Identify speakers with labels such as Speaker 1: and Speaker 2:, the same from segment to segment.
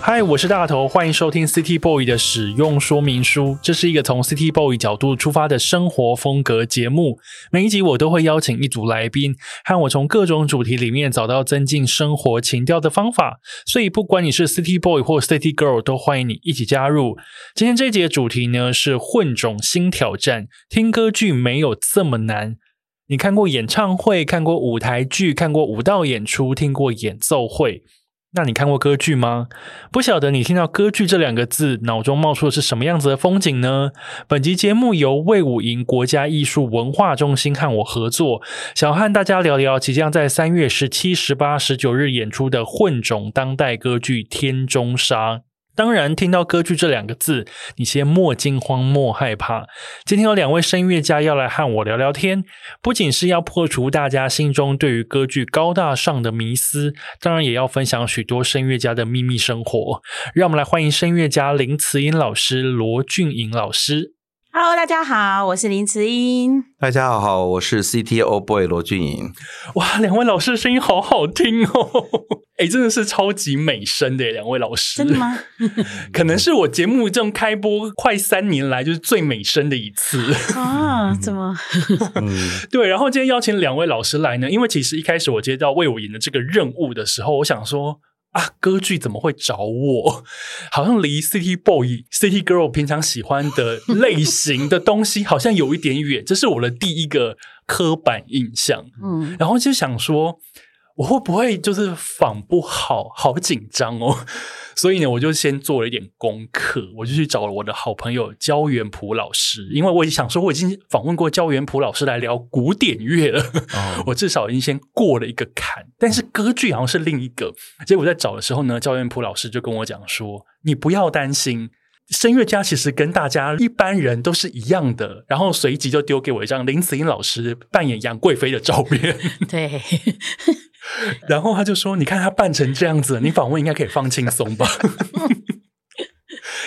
Speaker 1: 嗨，我是大头，欢迎收听 City Boy 的使用说明书。这是一个从 City Boy 角度出发的生活风格节目。每一集我都会邀请一组来宾，和我从各种主题里面找到增进生活情调的方法。所以，不管你是 City Boy 或 City Girl，都欢迎你一起加入。今天这一节主题呢是混种新挑战，听歌剧没有这么难。你看过演唱会，看过舞台剧，看过舞蹈演出，听过演奏会。那你看过歌剧吗？不晓得你听到“歌剧”这两个字，脑中冒出的是什么样子的风景呢？本集节目由魏武营国家艺术文化中心和我合作，想和大家聊聊即将在三月十七、十八、十九日演出的混种当代歌剧《天中沙》。当然，听到“歌剧”这两个字，你先莫惊慌，莫害怕。今天有两位声乐家要来和我聊聊天，不仅是要破除大家心中对于歌剧高大上的迷思，当然也要分享许多声乐家的秘密生活。让我们来欢迎声乐家林慈英老师、罗俊颖老师。
Speaker 2: Hello，大家好，我是林慈英。
Speaker 3: 大家好，好，我是 CTO Boy 罗俊颖。
Speaker 1: 哇，两位老师的声音好好听哦！ 哎，真的是超级美声的耶两位老师，
Speaker 2: 真的？吗？
Speaker 1: 可能是我节目这种开播快三年来就是最美声的一次。
Speaker 2: 啊，怎么？
Speaker 3: 嗯，
Speaker 1: 对，然后今天邀请两位老师来呢，因为其实一开始我接到魏武营的这个任务的时候，我想说啊，歌剧怎么会找我？ 好像离 City Boy、City Girl 平常喜欢的类型的东西好像有一点远，这是我的第一个刻板印象。
Speaker 2: 嗯，
Speaker 1: 然后就想说，我会不会就是仿不好，好紧张哦。 所以呢，我就先做了一点功课，我就去找了我的好朋友焦元溥老师，因为我也想说，我已经访问过焦元溥老师来聊古典乐了， 我至少已经先过了一个坎。但是歌剧好像是另一个。结果在找的时候呢，焦元溥老师就跟我讲说：“你不要担心。”声乐家其实跟大家一般人都是一样的，然后随即就丢给我一张林子英老师扮演杨贵妃的照片，
Speaker 2: 对，
Speaker 1: 然后他就说：“你看他扮成这样子，你访问应该可以放轻松吧？”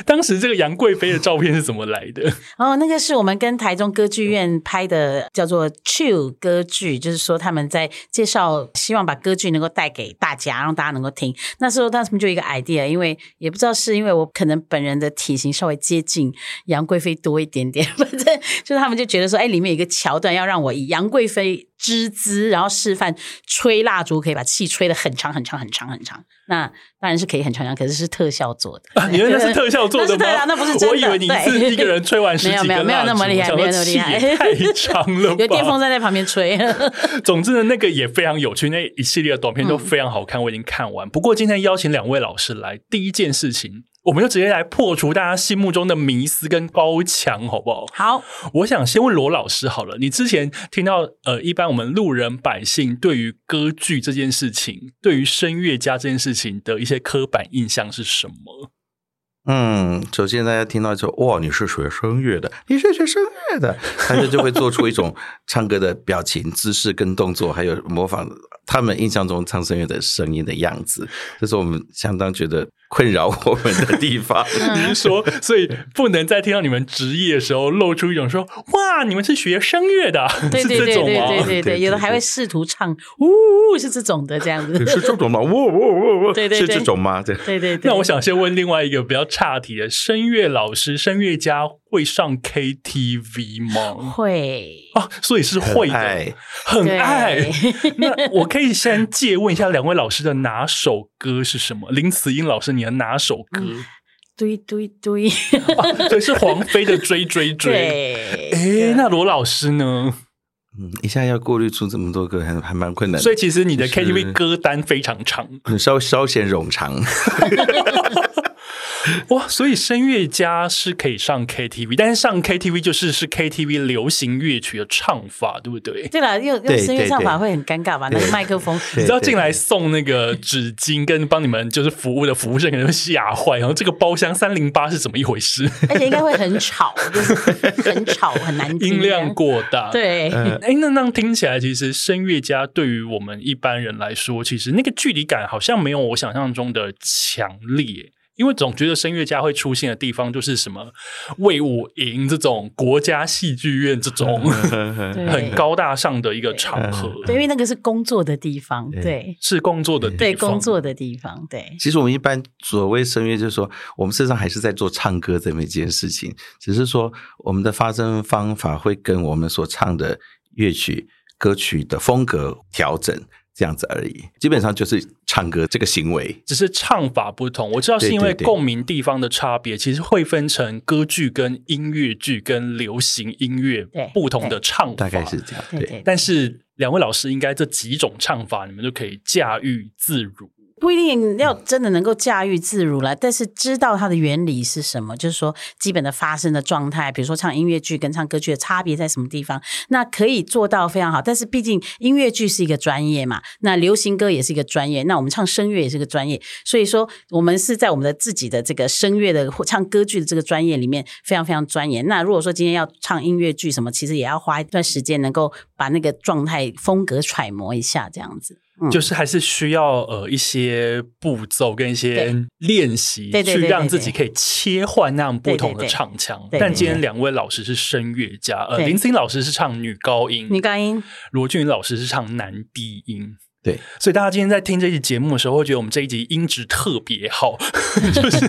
Speaker 1: 当时这个杨贵妃的照片是怎么来 的？
Speaker 2: 哦，那个是我们跟台中歌剧院拍的，叫做《Chill》歌剧，就是说他们在介绍，希望把歌剧能够带给大家，让大家能够听。那时候他们就有一个 idea，因为也不知道是因为我可能本人的体型稍微接近杨贵妃多一点 点，反正就是他们就觉得说，哎，里面有一个桥段要让我以杨贵妃之姿，然后示范吹蜡烛可以把气吹得很长很长很长很长。那当然是可以很长长，可是是特效做的。
Speaker 1: 啊原来那是特效做的吗？
Speaker 2: 那是特效那不是真的
Speaker 1: 我以为你一次
Speaker 2: 对
Speaker 1: 一个人吹完十几根
Speaker 2: 没有没有没有那么厉害
Speaker 1: 蜡烛
Speaker 2: 没有那么厉害
Speaker 1: 我想说气也太长了吧？
Speaker 2: 有电风扇在旁边吹，
Speaker 1: 总之呢，那个也非常有趣，那一系列的短片都非常好看，我已经看完。不过今天邀请两位老师来，第一件事情，我们就直接来破除大家心目中的迷思跟高墙，好不好？
Speaker 2: 好，
Speaker 1: 我想先问罗老师好了，你之前听到呃，一般我们路人百姓对于歌剧这件事情，对于声乐家这件事情的一些刻板印象是什么？
Speaker 3: 嗯，首先大家听到就哇，你是学声乐的，你是学声乐的，大家就会做出一种唱歌的表情、姿势跟动作，还有模仿他们印象中唱声乐的声音的样子，这是我们相当觉得困扰我们的地方。
Speaker 1: 你
Speaker 2: 嗯
Speaker 1: 是说，所以不能再听到你们职业的时候露出一种说哇，你们是学声乐的啊，
Speaker 2: 对对
Speaker 1: 是
Speaker 2: 对
Speaker 1: 这种
Speaker 2: 对
Speaker 1: 吗？
Speaker 2: 对对
Speaker 3: 对对
Speaker 2: 对，有的还会试图唱呜，是这种的这样子
Speaker 3: 你。是这种吗？哇哇哇哇！
Speaker 2: 对对对
Speaker 3: 是这种吗？对。
Speaker 2: 对对对，
Speaker 1: 那我想先问另外一个比较岔题的，声乐老师、声乐家会上 KTV 吗？
Speaker 2: 会，
Speaker 1: 啊， 所以是会的，
Speaker 3: 爱
Speaker 1: 很
Speaker 2: 对
Speaker 1: 爱。 那我可以先借问一下两位老师的哪首歌是什么？林慈英老师，你的哪首歌？
Speaker 2: 嗯堆堆堆，
Speaker 1: 啊 对，是黄飞的《追追追》。
Speaker 2: 对，
Speaker 1: 哎，那罗老师呢？
Speaker 3: 嗯，一下要过滤出这么多个，还还蛮困难的。
Speaker 1: 所以其实你的
Speaker 3: 是
Speaker 1: KTV 歌单非常长
Speaker 3: 以稍稍显冗长，
Speaker 1: 哇，所以声乐家是可以上 KTV，但是上 KTV 就是是 KTV 流行乐曲的唱法，对不对？
Speaker 2: 对了，用用
Speaker 3: 对
Speaker 2: 声乐
Speaker 3: 对
Speaker 2: 唱法
Speaker 3: 对
Speaker 2: 会很尴尬吧？那
Speaker 3: 对
Speaker 2: 个麦克风，
Speaker 3: 对
Speaker 1: 你知道进来送那个纸巾跟帮你们就是服务的服务生可能会吓坏，然后这个包厢三零八是怎么一回 事？
Speaker 2: 而且应该会 很吵，就是很吵，很难听。
Speaker 1: 音量过大，。
Speaker 2: 对，
Speaker 1: 哎，那那样听起来，其实声乐家对于我们一般人来说，其实那个距离感好像没有我想象中的强烈，因为总觉得声乐家会出现的地方就是什么魏武营这种国家戏剧院这种
Speaker 2: 对
Speaker 1: 很高大上的一个场合，
Speaker 2: 嗯
Speaker 3: 嗯
Speaker 2: 对，因为那个是工作的地方，对，
Speaker 1: 是工作的地
Speaker 2: 对，
Speaker 1: 方
Speaker 2: 工作的地方，对，
Speaker 3: 其实我们一般所谓声乐，就是说我们事实上还是在做唱歌这么一件事情，只是说我们的发声方法会跟我们所唱的乐曲歌曲的风格调整这样子而已。基本上就是唱歌这个行为，
Speaker 1: 只是唱法不同，我知道是因为
Speaker 3: 对对对
Speaker 1: 共鸣地方的差别，其实会分成歌剧、跟音乐剧、跟流行音乐
Speaker 2: 对
Speaker 1: 不同的唱法，
Speaker 3: 大概是这样。
Speaker 2: 对对。
Speaker 1: 但是两位老师应该这几种唱法，你们就可以驾驭自如。
Speaker 2: 不一定要真的能够驾驭自如了，但是知道它的原理是什么，就是说基本的发声的状态，比如说唱音乐剧跟唱歌剧的差别在什么地方，那可以做到非常好。但是毕竟音乐剧是一个专业嘛，那流行歌也是一个专业，那我们唱声乐也是个专业，所以说我们是在我们的自己的这个声乐的或唱歌剧的这个专业里面非常非常钻研。那如果说今天要唱音乐剧什么，其实也要花一段时间能够把那个状态风格揣摩一下，这样子。嗯
Speaker 1: 就是还是需要呃一些步骤跟一些
Speaker 2: 对
Speaker 1: 练习，
Speaker 2: 对对对
Speaker 1: 去
Speaker 2: 对
Speaker 1: 让
Speaker 2: 对
Speaker 1: 自己可以切换那样不同
Speaker 2: 对
Speaker 1: 的
Speaker 2: 对对
Speaker 1: 唱腔。
Speaker 2: 对对
Speaker 1: 但今天两位老师是声乐家，呃，
Speaker 2: 对
Speaker 1: 林思颖老师是唱女高音，
Speaker 2: 女高音。
Speaker 1: 罗俊宇老师是唱男低音。
Speaker 3: 对，
Speaker 1: 所以大家今天在听这期节目的时候，会觉得我们这一集音质特别好， 就是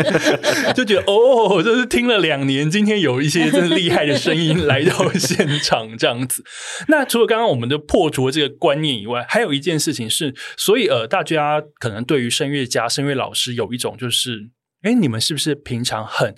Speaker 1: 就觉得哦，就是听了两年，今天有一些真的厉害的声音来到现场这样子。那除了刚刚我们的破除了这个观念以外，还有一件事情是，所以呃，大家可能对于声乐家、声乐老师有一种就是。哎，你们是不是平常很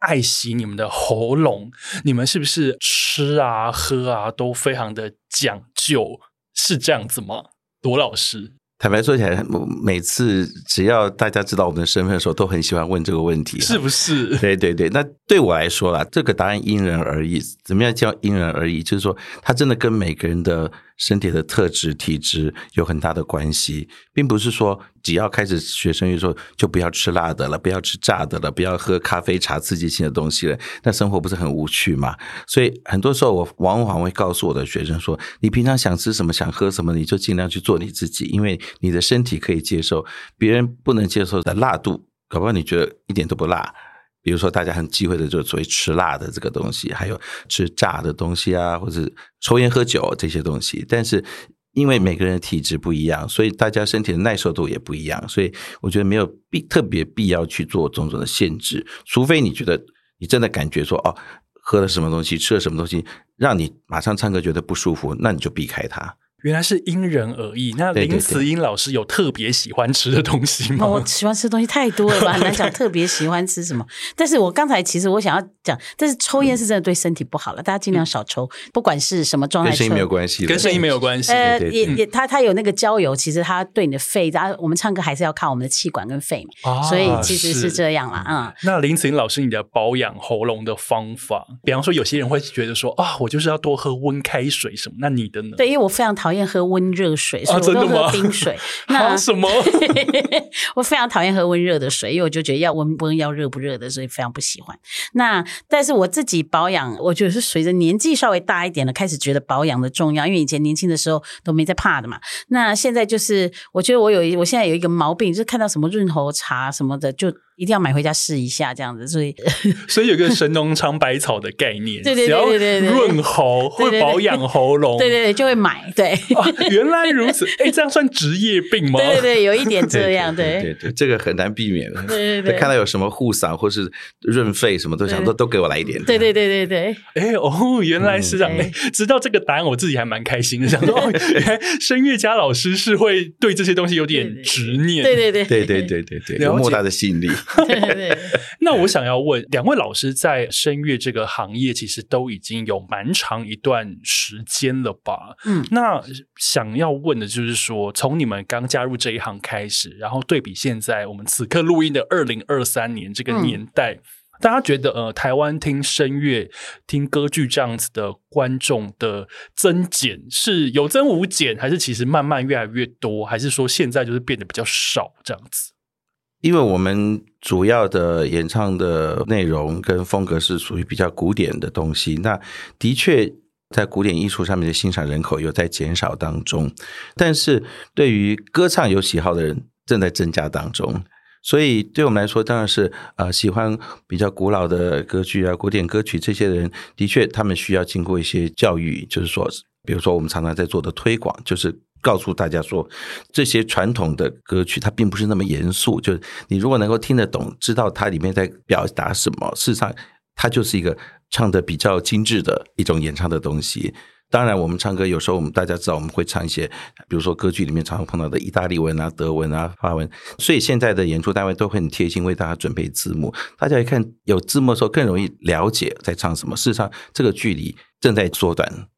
Speaker 1: 爱惜你们的喉咙？你们是不是吃啊、喝啊都非常的讲究？是这样子吗？罗老师，
Speaker 3: 坦白说起来，我每次只要大家知道我们的身份的时候，都很喜欢问这个问题。啊
Speaker 1: 是不是？
Speaker 3: 对对对，那对我来说啦，这个答案因人而异。怎么样叫因人而异？就是说，它真的跟每个人的身体的特质、体质有很大的关系，并不是说只要开始学生就说就不要吃辣的了，不要吃炸的了，不要喝咖啡、茶刺激性的东西了，那生活不是很无趣嘛？所以很多时候，我往往会告诉我的学生说：“你平常想吃什么、想喝什么，你就尽量去做你自己，因为你的身体可以接受别人不能接受的辣度，搞不好你觉得一点都不辣。”比如说，大家很忌讳的就是所谓吃辣的这个东西，还有吃炸的东西啊，或者是抽烟喝酒这些东西。但是，因为每个人的体质不一样，所以大家身体的耐受度也不一样，所以我觉得没有必特别必要去做种种的限制，除非你觉得你真的感觉说哦，喝了什么东西，吃了什么东西，让你马上唱歌觉得不舒服，那你就避开它。
Speaker 1: 原来是因人而异。那
Speaker 3: 对对
Speaker 1: 林慈英老师有特别喜欢吃的东西
Speaker 2: 那
Speaker 1: 吗
Speaker 2: 哦我？喜欢吃的东西太多 了吧，很难讲特别喜欢吃什么。但是我刚才其实我想要讲，但是抽烟是真的对身体不好了，大家尽量少抽，不管是什么状态抽
Speaker 3: 跟嗯声音。没有关系的，
Speaker 1: 跟声音没有关系。
Speaker 2: 呃，
Speaker 3: 对对
Speaker 2: 也也，它它有那个焦油，其实它对你的肺，它我们唱歌还是要靠我们的气管跟肺嘛，
Speaker 1: 啊
Speaker 2: 所以其实是这样啦，啊、嗯。
Speaker 1: 那林子颖老师，你的保养喉咙的方法，比方说有些人会觉得说啊，我就是要多喝温开水什么，那你的呢？
Speaker 2: 对，因为我非常讨厌喝温热水，所以
Speaker 1: 啊
Speaker 2: 我
Speaker 1: 真的
Speaker 2: 都喝
Speaker 1: 吗
Speaker 2: 冰 水。
Speaker 1: 啊，
Speaker 2: 那
Speaker 1: 什么？
Speaker 2: 我非常讨厌喝温热的水，因为我就觉得要温温要热不热的，所以非常不喜欢。那但是我自己保养，我觉得是随着年纪稍微大一点了，开始觉得保养的重要，因为以前年轻的时候都没在怕的嘛。那现在就是，我觉得我有一，我现在有一个毛病，就是看到什么润喉茶什么的就一定要买回家试一下这样子。所 以
Speaker 1: 所以有一个神农尝百草的概念，
Speaker 2: 对对对
Speaker 1: 只要
Speaker 2: 对对对
Speaker 1: 润喉会
Speaker 2: 对对对
Speaker 1: 保养喉咙，
Speaker 2: 对对对，就会买。 对
Speaker 1: 啊，原来如 此，哎，这样算职业病吗？
Speaker 2: 对对对，有一点这样。
Speaker 3: 对
Speaker 2: 对
Speaker 3: 对对，这个很难避免的。
Speaker 2: 对对对
Speaker 3: 看到有什么护嗓或是润肺什么，都想
Speaker 2: 对
Speaker 3: 都都给我来一点。
Speaker 2: 对对对对对，
Speaker 1: 哎、哦，原来是这样。
Speaker 2: 嗯
Speaker 1: 哎、知道这个答案，我自己还蛮开心的，想 说，哦，原来声乐家老师是会对这些东西有点执念。
Speaker 2: 对对 对
Speaker 3: 对对对对对，
Speaker 1: 了
Speaker 3: 有
Speaker 1: 解
Speaker 3: 莫大的吸引力。
Speaker 2: 对对对。
Speaker 1: 那我想要问，两位老师在声乐这个行业，其实都已经有蛮长一段时间了吧？
Speaker 2: 嗯，
Speaker 1: 那想要问的就是说，从你们刚加入这一行开始，然后对比现在我们此刻录音的二零二三年这个年代。
Speaker 3: 嗯
Speaker 1: 大家觉得，呃，台湾听声乐、听歌剧这样子的观众的增减是有增无减，还是其实慢慢越来越多，还是说现在就是变得比较少这样子？
Speaker 3: 因为我们主要的演唱的内容跟风格是属于比较古典的东西，那的确在古典艺术上面的欣赏人口有在减少当中，但是对于歌唱有喜好的人正在增加当中。所以对我们来说，当然是呃喜欢比较古老的歌剧啊、古典歌曲这些人，的确他们需要经过一些教育，就是说，比如说我们常常在做的推广，就是告诉大家说，这些传统的歌曲它并不是那么严肃，就是你如果能够听得懂，知道它里面在表达什么，事实上它就是一个唱的比较精致的一种演唱的东西。当然，我们唱歌有时候我们大家知道我们会唱一些，比如说歌剧里面常常碰到的意大利文啊、德文啊、法文，所以现在的演出单位都会很贴心为大家准备字幕。大家一看有字幕的时候更容易了解在唱什么。事实上，这个距离正在缩短，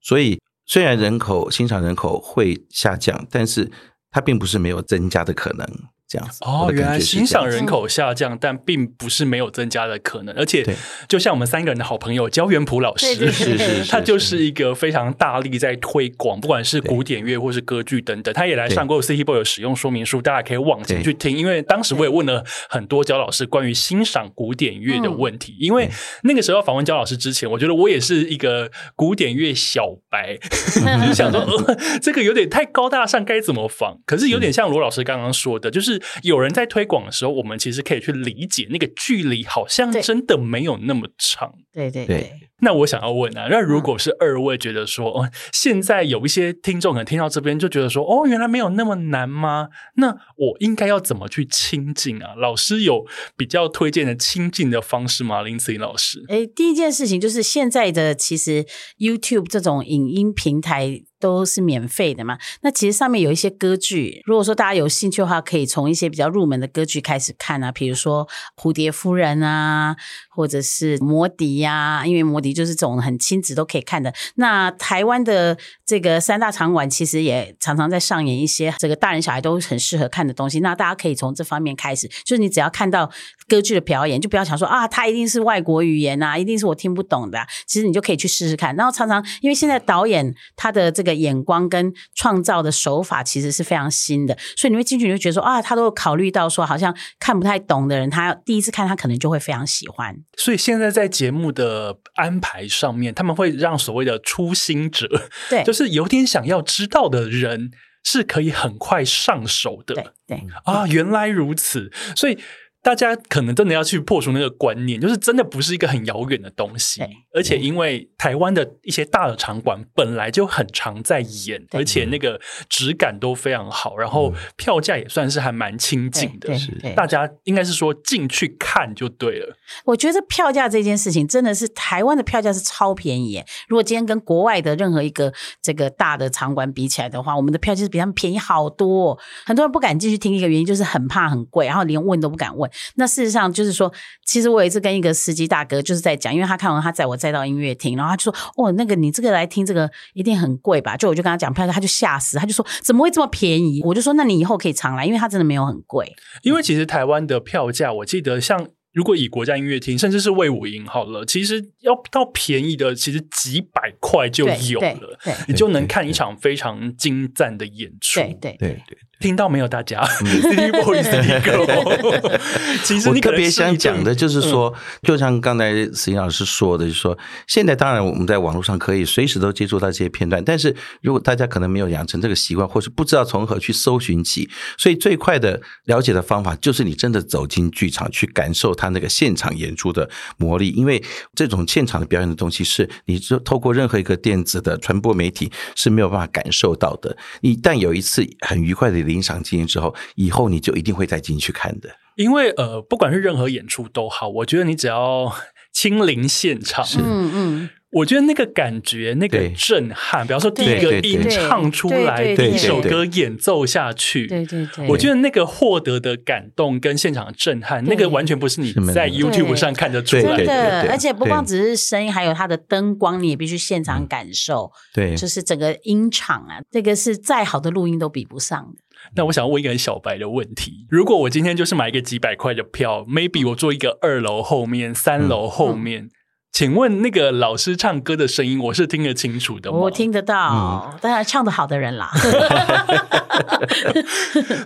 Speaker 3: 所以虽然人口欣赏人口会下降，但是它并不是没有增加的可能。这样子
Speaker 1: 哦
Speaker 3: 我，的
Speaker 1: 原
Speaker 3: 感
Speaker 1: 来
Speaker 3: 觉是
Speaker 1: 欣
Speaker 3: 这样
Speaker 1: 赏人口下降，但并不是没有增加的可能，而且
Speaker 3: 对
Speaker 1: 就像我们三个人的好朋友焦元溥老师，
Speaker 2: 对对对
Speaker 3: 是是 是
Speaker 1: 他就是一个非常大力在推广，不管是古典乐或是歌剧等等，他也来上过 City Boy 有使用说明书，大家可以往前去听。因为当时我也问了很多焦老师关于欣赏古典乐的问题，因为那个时候访问焦老师之前，我觉得我也是一个古典乐小白， 就是想 说、呃、这个有点太高大上，该怎么仿？可是有
Speaker 3: 嗯
Speaker 1: 点像罗老师刚刚说的，就是有人在推广的时候，我们其实可以去理解那个距离，好像
Speaker 2: 对
Speaker 1: 真的没有那么长。
Speaker 2: 对对
Speaker 3: 对
Speaker 2: 对，
Speaker 1: 那我想要问啊，那如
Speaker 2: 嗯
Speaker 1: 果是二位觉得说，哦，现在有一些听众可能听到这边就觉得说，哦，原来没有那么难吗？那我应该要怎么去亲近啊？老师有比较推荐的亲近的方式吗？林子颖老师，
Speaker 2: 诶，第一件事情就是现在的其实 YouTube 这种影音平台都是免费的嘛。那其实上面有一些歌剧，如果说大家有兴趣的话，可以从一些比较入门的歌剧开始看啊，比如说《蝴蝶夫人》啊，或者是《魔笛》呀，因为《魔笛》就是这种很亲子都可以看的。那台湾的这个三大场馆其实也常常在上演一些这个大人小孩都很适合看的东西。那大家可以从这方面开始，就是你只要看到歌剧的表演，就不要想说啊，它一定是外国语言啊，一定是我听不懂的啊、其实你就可以去试试看。然后常常因为现在导演他的这个眼光跟创造的手法其实是非常新的，所以你会进去你就觉得说啊，他都有考虑到说好像看不太懂的人，他第一次看他可能就会非常喜欢。
Speaker 1: 所以现在在节目的安排上面，他们会让所谓的初心者，
Speaker 2: 对，
Speaker 1: 就是有点想要知道的人，是可以很快上手的。
Speaker 2: 对对。
Speaker 1: 啊，原来如此，所以。大家可能真的要去破除那个观念，就是真的不是一个很遥远的东西
Speaker 2: 对，
Speaker 1: 而且因为台湾的一些大的场馆本来就很常在演，
Speaker 2: 对嗯
Speaker 1: 而且那个质感都非常好，然后票价也算是还蛮亲近的
Speaker 2: 对，
Speaker 3: 是
Speaker 2: 对，
Speaker 1: 大家应该是说进去看就对了。
Speaker 2: 我觉得票价这件事情真的是台湾的票价是超便宜耶。如果今天跟国外的任何一个这个大的场馆比起来的话，我们的票就是比他们便宜好多哦、很多人不敢进去听，一个原因就是很怕很贵，然后连问都不敢问。那事实上就是说，其实我有一次跟一个司机大哥就是在讲，因为他看完他载我载到音乐厅，然后他就说：“哦，那个你这个来听这个一定很贵吧？”就我就跟他讲票价，他就吓死，他就说：“怎么会这么便宜？”我就说：“那你以后可以常来，因为它真的没有很贵。
Speaker 1: 因为其实台湾的票价，我记得像。如果以国家音乐厅，甚至是魏武营好了，其实要到便宜的，其实几百块就
Speaker 2: 对
Speaker 1: 有
Speaker 2: 对
Speaker 1: 了，
Speaker 2: 对
Speaker 1: 你就能看一场非常精湛的演出。
Speaker 2: 对 对，
Speaker 4: 对对，
Speaker 1: 听到没有，大家 ？City Boys 的一个， 其实
Speaker 3: 嗯我
Speaker 1: 你可
Speaker 3: 特
Speaker 1: 能是
Speaker 3: 别想
Speaker 1: 一
Speaker 3: 讲
Speaker 1: 个
Speaker 3: 的就是说，就像刚才石英老师说的，就是
Speaker 1: 嗯
Speaker 3: 说，现在当然我们在网络上可以随时都接触到这些片段，但是如果大家可能没有养成这个习惯，或是不知道从何去搜寻起，所以最快的了解的方法就是你真的走进剧场去感受它那个现场演出的魔力，因为这种现场的表演的东西是你就透过任何一个电子的传播媒体是没有办法感受到的。一旦有一次很愉快的临场经验之后，以后你就一定会再进去看的。
Speaker 1: 因为呃，不管是任何演出都好，我觉得你只要亲临现场，
Speaker 2: 嗯嗯，
Speaker 1: 我觉得那个感觉、那个
Speaker 3: 对
Speaker 1: 震撼，比方说第一
Speaker 3: 对
Speaker 1: 个
Speaker 3: 对对
Speaker 1: 音
Speaker 3: 对
Speaker 1: 唱出
Speaker 2: 对
Speaker 1: 来，
Speaker 2: 对
Speaker 1: 第一
Speaker 3: 对
Speaker 1: 首
Speaker 3: 对
Speaker 1: 歌演奏下去，
Speaker 2: 对对对，
Speaker 1: 我觉得那个获得的感动跟现场的震撼，
Speaker 2: 对
Speaker 1: 那个完全不是你
Speaker 3: 是没
Speaker 1: 在
Speaker 3: 错
Speaker 1: YouTube
Speaker 2: 对
Speaker 1: 上看得出来
Speaker 2: 真
Speaker 3: 对
Speaker 1: 的。
Speaker 3: 对
Speaker 2: 的，
Speaker 3: 对
Speaker 2: 而且不光
Speaker 3: 对
Speaker 2: 只是声音，还有它的灯光，你也必须现场感受，
Speaker 3: 对，
Speaker 2: 就是整个音场啊，这个是再好的录音都比不上的。
Speaker 1: 那我想问一个很小白的问题：如果我今天就是买一个几百块的票，maybe 我坐一个二楼后面、三楼后
Speaker 3: 嗯
Speaker 1: 面，请问那个老师唱歌的声音我是听得清楚的吗？
Speaker 2: 我，听得到，当然唱得好的人啦，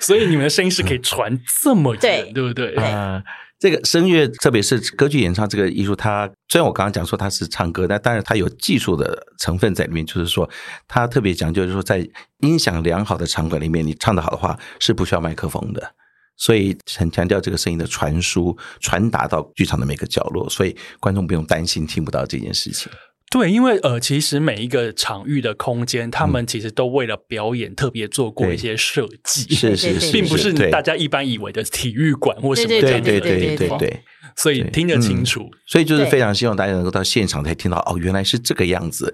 Speaker 1: 所以你们的声音是可以传这么远，
Speaker 2: 对
Speaker 1: 对不对？嗯
Speaker 2: 对
Speaker 3: 啊，这个声乐，特别是歌剧演唱这个艺术，它虽然我刚刚讲说它是唱歌，但当然它有技术的成分在里面，就是说它特别讲究，就是说在音响良好的场馆里面，你唱得好的话是不需要麦克风的。所以很强调这个声音的传输、传达到剧场的每个角落，所以观众不用担心听不到这件事 情。
Speaker 1: 对，因为呃，其实每一个场域的空间，他
Speaker 3: 嗯
Speaker 1: 们其实都为了表演特别做过一些设计，
Speaker 3: 是是是，
Speaker 1: 并不是
Speaker 3: 对
Speaker 1: 大家一般以为的体育馆或什么
Speaker 2: 对
Speaker 1: 这
Speaker 3: 对
Speaker 1: 样子
Speaker 3: 对
Speaker 1: 的
Speaker 3: 对
Speaker 1: 地
Speaker 3: 对
Speaker 1: 方，
Speaker 3: 对。嗯
Speaker 1: 所以听得清楚。
Speaker 3: 所以就是
Speaker 2: 对
Speaker 3: 非常希望大家能够到现场才听到哦，原来是这个样子。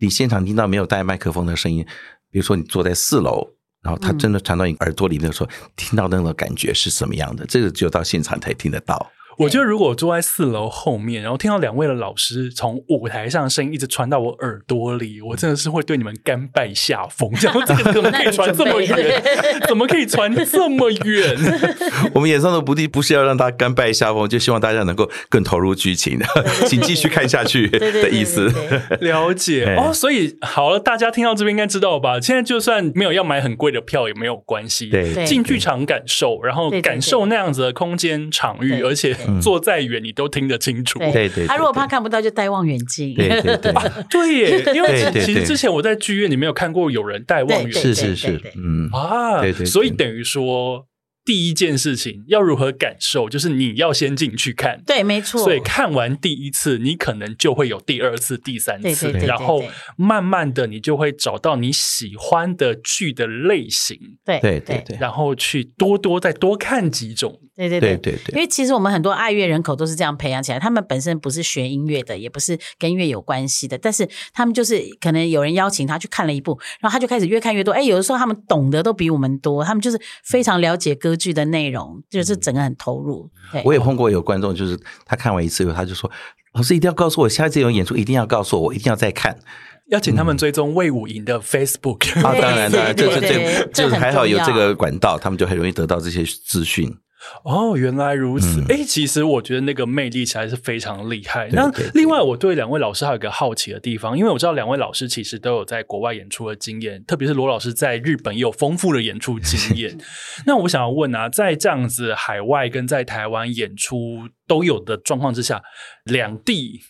Speaker 3: 你现场听到没有带麦克风的声音，比如说你坐在四楼，然后它
Speaker 2: 嗯
Speaker 3: 真的传到你耳朵里面的时候，听到那种感觉是什么样的？这个只有到现场才听得 到。
Speaker 1: 我觉得如果我坐在四楼后面，然后听到两位的老师从舞台上的声音一直传到我耳朵里，我真的是会对你们甘拜下风。然后这个怎么可以传这么
Speaker 2: 那你
Speaker 1: 远
Speaker 2: 准？
Speaker 1: 怎么可以传这么远？
Speaker 3: 我们演唱的不地不是要让他甘拜下风，就希望大家能够更投入 剧情，请继续看下去
Speaker 2: 对对对
Speaker 3: 的意思。
Speaker 2: 对对
Speaker 1: 了解
Speaker 3: 哎
Speaker 1: 哦，所以好了，大家听到这边应该知道吧？现在就算没有要买很贵的票也没有关系，
Speaker 3: 对
Speaker 2: 对
Speaker 1: 进剧场感受，然后
Speaker 2: 对对
Speaker 1: 感受那样子的空间场域，
Speaker 2: 对
Speaker 1: 而且坐再远你都听得清楚。
Speaker 2: 对
Speaker 3: 对对对
Speaker 2: 他如果怕看不到，就戴望远镜。
Speaker 3: 对对对，
Speaker 1: 对耶，因为
Speaker 3: 对对
Speaker 1: 其实
Speaker 3: 对
Speaker 1: 之前我在剧院里面有看过有人戴望远镜
Speaker 3: 是是是，嗯，
Speaker 1: 啊，
Speaker 3: 对对对
Speaker 1: 所以等于说第一件事情要如何感受，就是你要先进去看。
Speaker 2: 对，没错。
Speaker 1: 所以看完第一次，你可能就会有第二次、第三
Speaker 2: 对
Speaker 1: 次，
Speaker 2: 对对对
Speaker 1: 然后
Speaker 2: 对
Speaker 1: 慢慢的你就会找到你喜欢的剧的类型，
Speaker 2: 对
Speaker 3: 对对
Speaker 2: 对
Speaker 3: 对嗯
Speaker 1: 然后去多多再多看几种。
Speaker 2: 对
Speaker 3: 对
Speaker 2: 对对。
Speaker 3: 对啊对
Speaker 2: 因。为其实我们很多爱乐人口都是这样培养起来，他们本身不是学音乐的，也不是跟音乐有关系的，但是他们就是可能有人邀请他去看了一部，然后他就开始越看越多。哎，有的时候他们懂得都比我们多，他们就是非常了解歌剧的内容，就是整个很投入。对，
Speaker 3: 嗯我也碰过有观众，就是他看完一次以后，他就说：“老师一定要告诉我，下一次有演出一定要告诉我，我一定要再看。
Speaker 1: 要请他们追踪魏武营的 Facebook，”
Speaker 3: 啊，
Speaker 2: 对
Speaker 3: 当然，当然，
Speaker 2: 对
Speaker 3: 就是
Speaker 2: 对对
Speaker 3: 这，
Speaker 2: 这
Speaker 3: 就是
Speaker 2: 很
Speaker 3: 还好有这
Speaker 2: 重要
Speaker 3: 个管道，他们就很容易得到这些资讯。
Speaker 1: 哦，原来如此
Speaker 3: 嗯。
Speaker 1: 哎、其实我觉得那个魅力才是非常厉害。
Speaker 3: 对
Speaker 1: 那
Speaker 3: 对对
Speaker 1: 另外，我对两位老师还有一个好奇的地方，因为我知道两位老师其实都有在国外演出的经验，特别是罗老师在日本也有丰富的演出经 验。那我想要问啊，在这样子海外跟在台湾演出都有的状况之下，两地。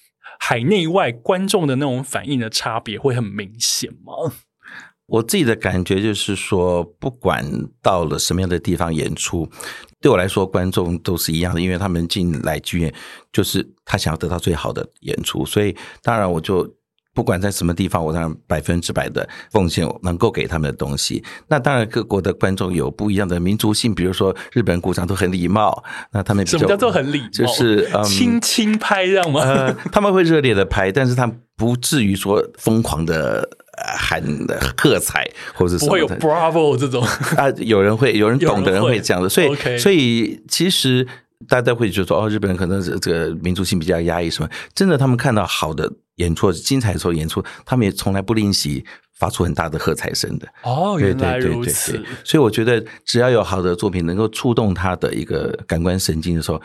Speaker 1: 海内外观众的那种反应的差别会很明显吗？
Speaker 3: 我自己的感觉就是说，不管到了什么样的地方演出，对我来说，观众都是一样的，因为他们进来剧院就是他想要得到最好的演出，所以当然我就。不管在什么地方，我当然百分之百的奉献我能够给他们的东西。那当然，各国的观众有不一样的民族性，比如说日本鼓掌都很礼貌，那他们比
Speaker 1: 什么
Speaker 3: 较
Speaker 1: 叫做很礼貌？
Speaker 3: 就是嗯
Speaker 1: 轻轻拍这样吗？
Speaker 3: 呃，他们会热烈的拍，但是他们不至于说疯狂的喊喝彩或者是
Speaker 1: 不
Speaker 3: 什么
Speaker 1: 会有
Speaker 3: 的
Speaker 1: Bravo 这种。
Speaker 3: 啊，有人会，有人懂的
Speaker 1: 有
Speaker 3: 人
Speaker 1: 人
Speaker 3: 会
Speaker 1: 会
Speaker 3: 这样的，所以
Speaker 1: OK
Speaker 3: 所以其实大家会觉得说，哦，日本人可能是这个民族性比较压抑什么，真的他们看到好的演出、精彩的时候演出，他们也从来不吝惜发出很大的喝彩声的。
Speaker 1: 哦，
Speaker 3: 对
Speaker 1: 原
Speaker 3: 对
Speaker 1: 来
Speaker 3: 对
Speaker 1: 如
Speaker 3: 对对
Speaker 1: 此，，
Speaker 3: 所以我觉得只要有好的作品能够触动他的一个感官神经的时候，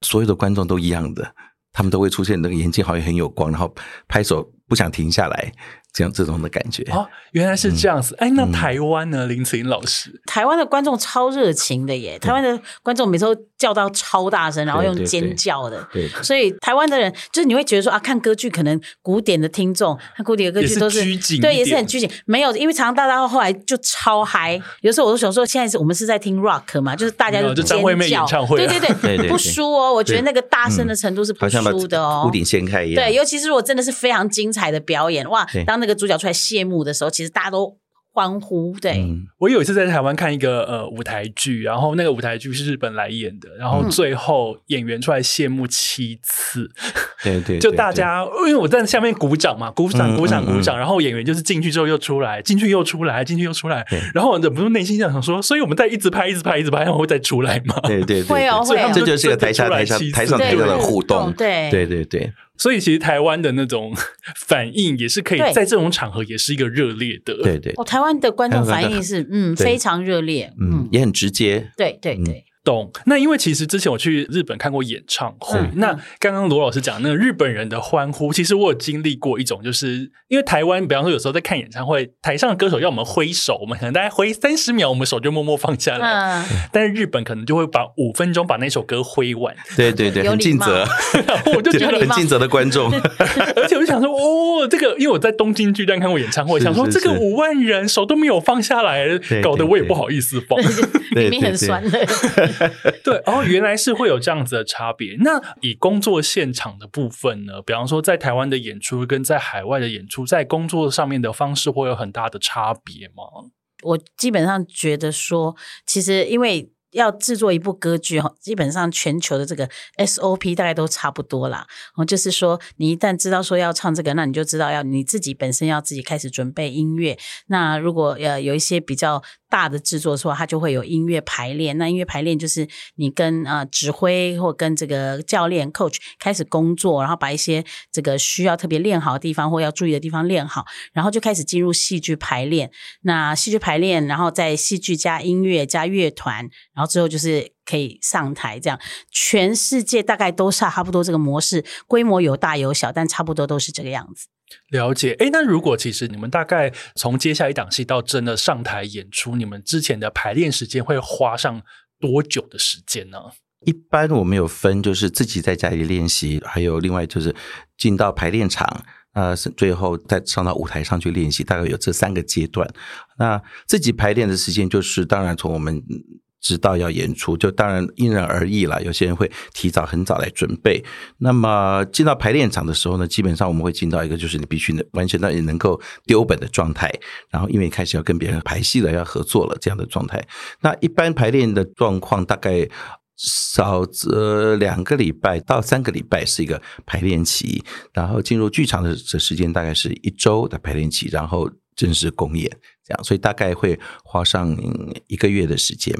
Speaker 3: 所有的观众都一样的，他们都会出现那个眼睛好像很有光，然后拍手不想停下来，这样这种的感觉。
Speaker 1: 哦，原来是这样子。哎，
Speaker 3: 嗯
Speaker 1: 那台湾呢？林子颖老师，
Speaker 2: 台湾的观众超热情的耶，台湾的观众每次都叫到超大声，然后用
Speaker 3: 对对
Speaker 2: 尖叫的。
Speaker 3: 对，
Speaker 2: 所以台湾的人就是你会觉得说啊，看歌剧可能古典的听众，看古典的歌
Speaker 1: 也
Speaker 2: 剧
Speaker 1: 是
Speaker 2: 都是
Speaker 1: 拘谨一
Speaker 2: 对，也是
Speaker 1: 点
Speaker 2: 很拘谨。没有，因为常常大家后来就超嗨，有时候我都想说，现在是我们是在听 rock 嘛，就是大家
Speaker 1: 没有就张
Speaker 2: 尖
Speaker 1: 惠妹
Speaker 2: 叫
Speaker 1: 演唱会啊
Speaker 2: 对
Speaker 3: 对
Speaker 2: 对
Speaker 3: 对
Speaker 2: 对，不输哦。我觉得那个大声的程度是不
Speaker 3: 好像把
Speaker 2: 输的哦
Speaker 3: 屋。顶掀开一样。
Speaker 2: 对，尤其是如果真的是非常精彩的表演，哇
Speaker 3: 啊对！
Speaker 2: 当那个主角出来谢幕的时候，其实大家都欢呼，对。
Speaker 3: 嗯，
Speaker 1: 我有一次在台湾看一个呃舞台剧，然后那个舞台剧是日本来演的，然后
Speaker 2: 嗯
Speaker 1: 最后演员出来谢幕七次，
Speaker 3: 对对，
Speaker 1: 就
Speaker 3: 对
Speaker 1: 大家因为我在下面鼓掌嘛，鼓掌
Speaker 3: 嗯
Speaker 1: 鼓掌
Speaker 3: 嗯嗯
Speaker 1: 鼓掌，然后演员就是进去之后又出来，进去又出来，进去又出来
Speaker 3: 对，
Speaker 1: 然后我忍不住内心这样想说，所以我们在一直拍一直拍一直拍，然后会再出来嘛。
Speaker 3: 对对对，对
Speaker 2: 会哦
Speaker 1: 所以他们
Speaker 3: 这就是个台下
Speaker 1: 真的
Speaker 3: 台
Speaker 1: 出来
Speaker 3: 下
Speaker 1: 七次
Speaker 3: 台上
Speaker 2: 对
Speaker 3: 台
Speaker 1: 对
Speaker 3: 下
Speaker 2: 有
Speaker 3: 的
Speaker 2: 互
Speaker 3: 互动
Speaker 2: 动，对
Speaker 3: 对对对，
Speaker 1: 所以其实台湾的那种 反应也是可以
Speaker 2: 对
Speaker 1: 在这种场合也是一个热烈的。
Speaker 3: 对对，
Speaker 2: 哦，台湾的观众
Speaker 3: 台湾
Speaker 2: 反
Speaker 3: 的
Speaker 2: 应是嗯
Speaker 3: 对
Speaker 2: 非常热烈，
Speaker 3: 嗯
Speaker 2: 嗯，，
Speaker 3: 也很直接，
Speaker 2: 对对
Speaker 3: 嗯
Speaker 2: 对，
Speaker 1: 懂。那因为其实之前我去日本看过演唱会，
Speaker 2: 嗯
Speaker 1: 那
Speaker 2: 嗯
Speaker 1: 刚刚罗老师讲那个日本人的欢呼，其实我有经历过一种，就是因为台湾，比方说有时候在看演唱会，台上的歌手要我们挥手，我们可能大概挥三十秒，我们手就默默放下来。
Speaker 2: 嗯，
Speaker 1: 但是日本可能就会把五分钟把那首歌挥完，
Speaker 3: 对对对，
Speaker 2: 有
Speaker 3: 很
Speaker 2: 礼
Speaker 3: 尽
Speaker 2: 貌
Speaker 3: 责，
Speaker 1: 然 后我就觉
Speaker 3: 对
Speaker 1: 得
Speaker 3: 很尽责的观 众，
Speaker 1: 而且我就想说，哦，这个因为我在东京巨蛋看过演唱会，
Speaker 3: 是
Speaker 1: 想说
Speaker 3: 是
Speaker 1: 这个
Speaker 3: 是
Speaker 1: 五万人手都没有放下来，
Speaker 3: 对
Speaker 1: 搞得我也
Speaker 3: 对
Speaker 1: 不好意思放。
Speaker 3: 对
Speaker 2: 里面很酸的，
Speaker 1: 对，哦，原来是会有这样子的差别。那以工作现场的部分呢，比方说在台湾的演出跟在海外的演出，在工作上面的方式会有很大的差别吗？
Speaker 2: 我基本上觉得说，其实因为要制作一部歌剧哈，基本上全球的这个 SOP 大概都差不多啦。哦，就是说，你一旦知道说要唱这个，那你就知道要你自己本身要自己开始准备音乐。那如果呃有一些比较大的制作的话，它就会有音乐排练。那音乐排练就是你跟呃指挥或跟这个教练 coach 开始工作，然后把一些这个需要特别练好的地方或要注意的地方练好，然后就开始进入戏剧排练。那戏剧排练，然后在戏剧加音乐加乐团，然后之后就是可以上台这样。全世界大概都差不多这个模式，规模有大有小，但差不多都是这个样子。
Speaker 1: 了解。诶，那如果其实你们大概从接下一档戏到真的上台演出，你们之前的排练时间会花上多久的时间呢？
Speaker 3: 一般我们有分，就是自己在家里练习，还有另外就是进到排练场，呃，是最后再上到舞台上去练习，大概有这三个阶段。那自己排练的时间，就是当然从我们嗯知道要演出，就当然因人而异啦。有些人会提早很早来准备，那么进到排练场的时候呢，基本上我们会进到一个就是你必须能完全到你能够丢本的状态，然后因为开始要跟别人排戏了，要合作了这样的状态。那一般排练的状况大概。少则两个礼拜到三个礼拜是一个排练期，然后进入剧场的这时间大概是一周的排练期，然后正式公演这样，所以大概会花上嗯一个月的时间。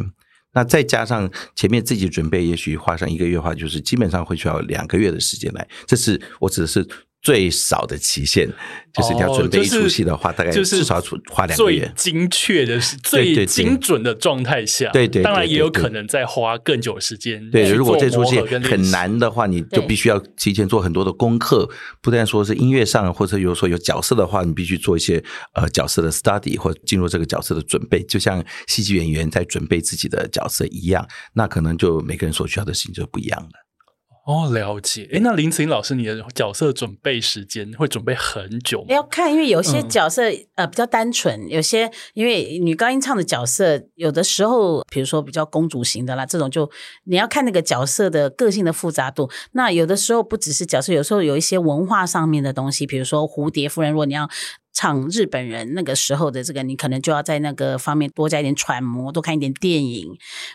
Speaker 3: 那再加上前面自己准备，也许花上一个月的话，就是基本上会需要两个月的时间来。这是我指的是最少的期限，就是你要准备一出戏的话，
Speaker 1: 哦
Speaker 3: 大概
Speaker 1: 就
Speaker 3: 至
Speaker 1: 是
Speaker 3: 少要出花两个
Speaker 1: 最
Speaker 3: 月。
Speaker 1: 精确的、是
Speaker 3: 对
Speaker 1: 最
Speaker 3: 对
Speaker 1: 精准的状态下，
Speaker 3: 对对对
Speaker 1: 当然也有
Speaker 3: 对对
Speaker 1: 可能再花更久的时间。
Speaker 3: 对，如果这出
Speaker 1: 出
Speaker 3: 戏
Speaker 1: 现
Speaker 3: 很难的话，你就
Speaker 2: 对
Speaker 3: 必须要提前做很多的功课，不但说是音乐上，或者有说有角色的话，你必须做一些呃角色的 study 或进入这个角色的准备，就像戏剧演员在准备自己的角色一样，那可能就每个人所需要的事情就不一样了。
Speaker 1: 哦，了解。诶，那林子颖老师，你的角色准备时间会准备很久吗？
Speaker 2: 要看，因为有些
Speaker 1: 嗯
Speaker 2: 角色、呃比较单纯，有些因为女高音唱的角色，有的时候比如说比较公主型的啦，这种就你要看那个角色的个性的复杂度。那有的时候不只是角色，有时候有一些文化上面的东西，比如说蝴蝶夫人，如果你要。唱日本人那个时候的这个，你可能就要在那个方面多加一点揣摩，多看一点电影，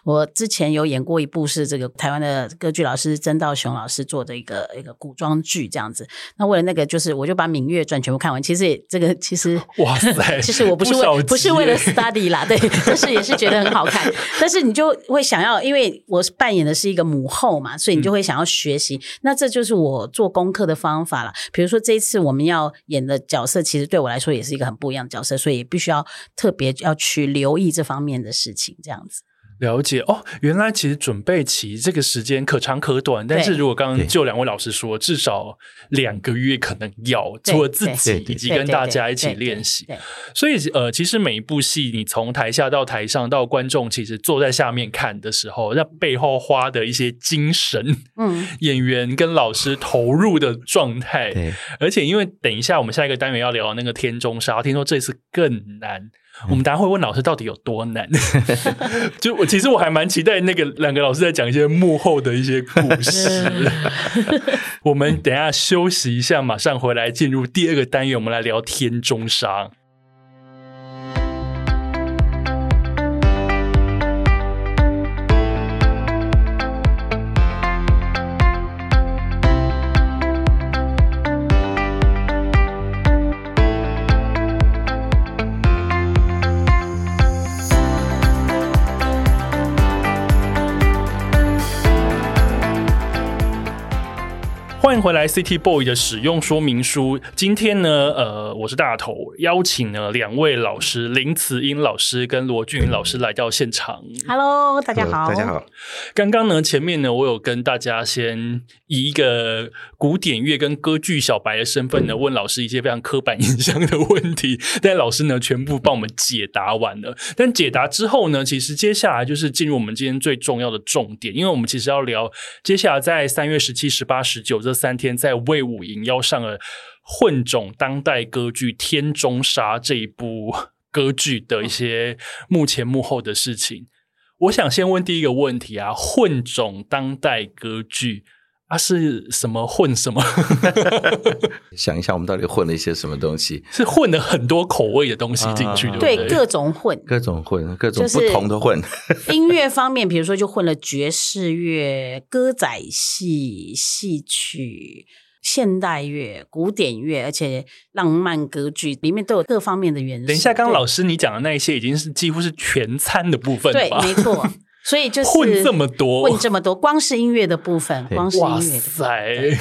Speaker 2: 我之前有演过一部是这个台湾的歌剧老师曾道雄老师做的一个一个古装剧这样子。那为了那个，就是我就把《芈月传》全部看完。其实也这个其实
Speaker 1: 哇塞
Speaker 2: 其实我不是
Speaker 1: 不少
Speaker 2: 为不是为了
Speaker 1: 集耶
Speaker 2: study 啦，对，但是也是觉得很好看。但是你就会想要，因为我扮演的是一个母后嘛，所以你
Speaker 1: 嗯
Speaker 2: 就会想要学习。那这就是我做功课的方法啦。比如说这一次我们要演的角色，其实对我来说也是一个很不一样的角色，所以也必须要特别要去留意这方面的事情，这样子。
Speaker 1: 了解哦，原来其实准备期这个时间可长可短，但是如果刚刚就两位老师说，至少两个月可能要
Speaker 2: 对
Speaker 1: 做自己
Speaker 2: 对
Speaker 1: 以及
Speaker 2: 对
Speaker 1: 跟
Speaker 2: 对
Speaker 1: 大
Speaker 2: 对
Speaker 1: 家一起
Speaker 2: 对对
Speaker 1: 练习。
Speaker 2: 对
Speaker 1: 所以呃，其实每一部戏，你从台下到台上到观众，其实坐在下面看的时候，那背后花的一些精神，
Speaker 2: 嗯，
Speaker 1: 演员跟老师投入的状态，
Speaker 3: 对，
Speaker 1: 而且因为等一下我们下一个单元要聊那个天中杀，听说这次更难。我们等一下会问老师到底有多难， 就我其实我还蛮期待那个两个老师在讲一些幕后的一些故事。 我们等一下休息一下，马上回来进入第二个单元，我们来聊天中杀。欢迎回来，City Boy 的使用说明书。今天呢，呃，我是大头，邀请了两位老师林慈英老师跟罗俊云老师来到现场。
Speaker 2: Hello，大家好，
Speaker 3: 大家，好，
Speaker 1: 刚刚呢，前面呢，我有跟大家先以一个古典乐跟歌剧小白的身份呢，问老师一些非常刻板印象的问题，但老师呢全部帮我们解答完了。但解答之后呢，其实接下来就是进入我们今天最重要的重点，因为我们其实要聊接下来在三月十七、十八、十九这三天在魏武营要上的混种当代歌剧《天中杀》这一部歌剧的一些幕前幕后的事情。我想先问第一个问题啊，混种当代歌剧啊是什么混什么？
Speaker 3: 想一下我们到底混了一些什么东西，
Speaker 1: 是混了很多口味的东西进去，
Speaker 3: 啊
Speaker 1: 对不
Speaker 2: 对各种混，
Speaker 3: 各种混，各种
Speaker 2: 就是
Speaker 3: 不同的混，
Speaker 2: 音乐方面，比如说就混了爵士乐、歌仔戏、戏曲、现代乐、古典乐，而且浪漫歌剧里面都有各方面的元素。
Speaker 1: 等一下，刚刚
Speaker 2: 对
Speaker 1: 老师你讲的那一些已经是几乎是全餐的部分了
Speaker 2: 对，
Speaker 1: 吧？
Speaker 2: 没错。所以就是
Speaker 1: 混这么多
Speaker 2: 混这么多，光是音乐的部分，
Speaker 3: 对
Speaker 2: 光是
Speaker 1: 哇
Speaker 2: 音乐的部分，
Speaker 1: 塞！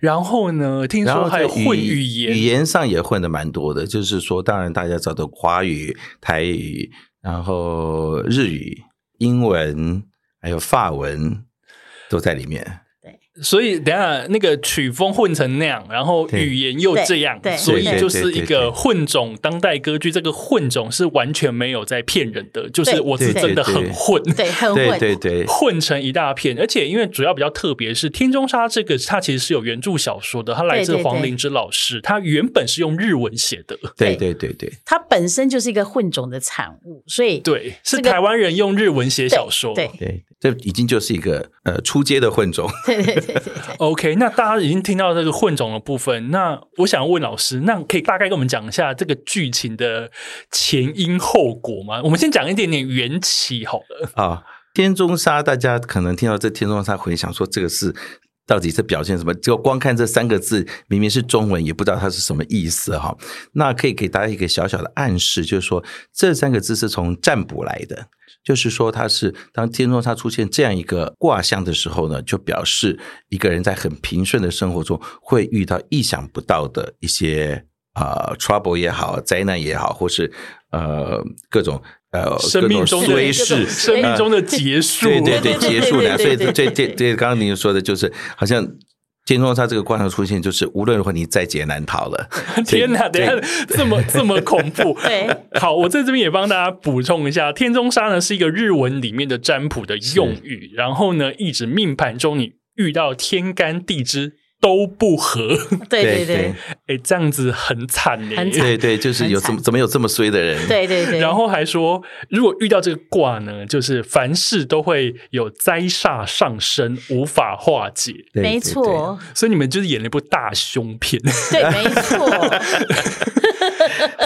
Speaker 1: 然后呢，听
Speaker 3: 然
Speaker 1: 说
Speaker 3: 后
Speaker 1: 还
Speaker 3: 在
Speaker 1: 有混语言，
Speaker 3: 语言上也混的蛮多的，就是说，当然大家知道的华语、台语，然后日语、英文，还有法文都在里面。
Speaker 1: 所以等一下那个曲风混成那样，然后
Speaker 3: 对
Speaker 1: 语言又这样
Speaker 2: 对，对
Speaker 1: 所以就是一
Speaker 3: 对对对
Speaker 1: 个
Speaker 3: 对
Speaker 1: 混种当代歌剧。这个混种是完全没有在骗人的，就是
Speaker 2: 对
Speaker 1: 我是真的很混。
Speaker 2: 对，很
Speaker 3: 对
Speaker 2: 混，
Speaker 3: 对对，
Speaker 1: 混成一大片，而且因为主要比较特别是《天中沙》这个，它其实是有原著小说的，它来自
Speaker 2: 对对对
Speaker 1: 黄灵芝老师，他原本是用日文写的，
Speaker 3: 对对对对，
Speaker 2: 它本身就是一个混种的产物，所以
Speaker 1: 对，是
Speaker 2: 这个
Speaker 1: 台湾人用日文写小说。
Speaker 2: 对
Speaker 3: 对，这已经就是一个呃出街的混种。
Speaker 2: 对对对对
Speaker 1: OK，那大家已经听到这个混种的部分，那我想问老师，那可以大概跟我们讲一下这个剧情的前因后果吗？我们先讲一点点缘起好了。
Speaker 3: 啊，天中沙，大家可能听到这天中沙，回想说这个是到底是表现什么？就光看这三个字，明明是中文，也不知道它是什么意思哈。那可以给大家一个小小的暗示，就是说这三个字是从占卜来的。就是说，它是当天中沙出现这样一个卦象的时候呢，就表示一个人在很平顺的生活中会遇到意想不到的一些呃 trouble 也好，灾难也好，或是呃各种呃
Speaker 1: 生命中
Speaker 3: 各
Speaker 1: 的
Speaker 3: 种
Speaker 1: 各
Speaker 3: 衰
Speaker 1: 种
Speaker 3: 事，
Speaker 1: 生命中的结束，
Speaker 3: 对对
Speaker 2: 对
Speaker 3: 对，
Speaker 2: 对
Speaker 3: 结束了。所
Speaker 2: 对对
Speaker 3: 以这
Speaker 2: 对对
Speaker 3: 这这这，刚刚您说的就是，好像天中它这个卦象出现，就是无论如何你在劫难逃了。
Speaker 1: 天哪，等
Speaker 3: 对
Speaker 1: 一下这么这么恐怖。
Speaker 2: 对
Speaker 1: 好，我在这边也帮大家补充一下，天中沙呢是一个日文里面的占卜的用语，然后呢，意指命盘中你遇到天干地支都不合，
Speaker 2: 对对对
Speaker 3: 对
Speaker 1: 哎，这样子很惨呢、
Speaker 2: 很惨
Speaker 3: 对对，就是有
Speaker 2: 很惨
Speaker 3: 怎么怎么有这么衰的人？
Speaker 2: 对对对，
Speaker 1: 然后还说，如果遇到这个卦呢，就是凡事都会有灾煞上身，无法化解。
Speaker 3: 对，
Speaker 2: 没
Speaker 3: 对对
Speaker 2: 错，
Speaker 1: 所以你们就是演了一部大凶片，
Speaker 2: 对没 错。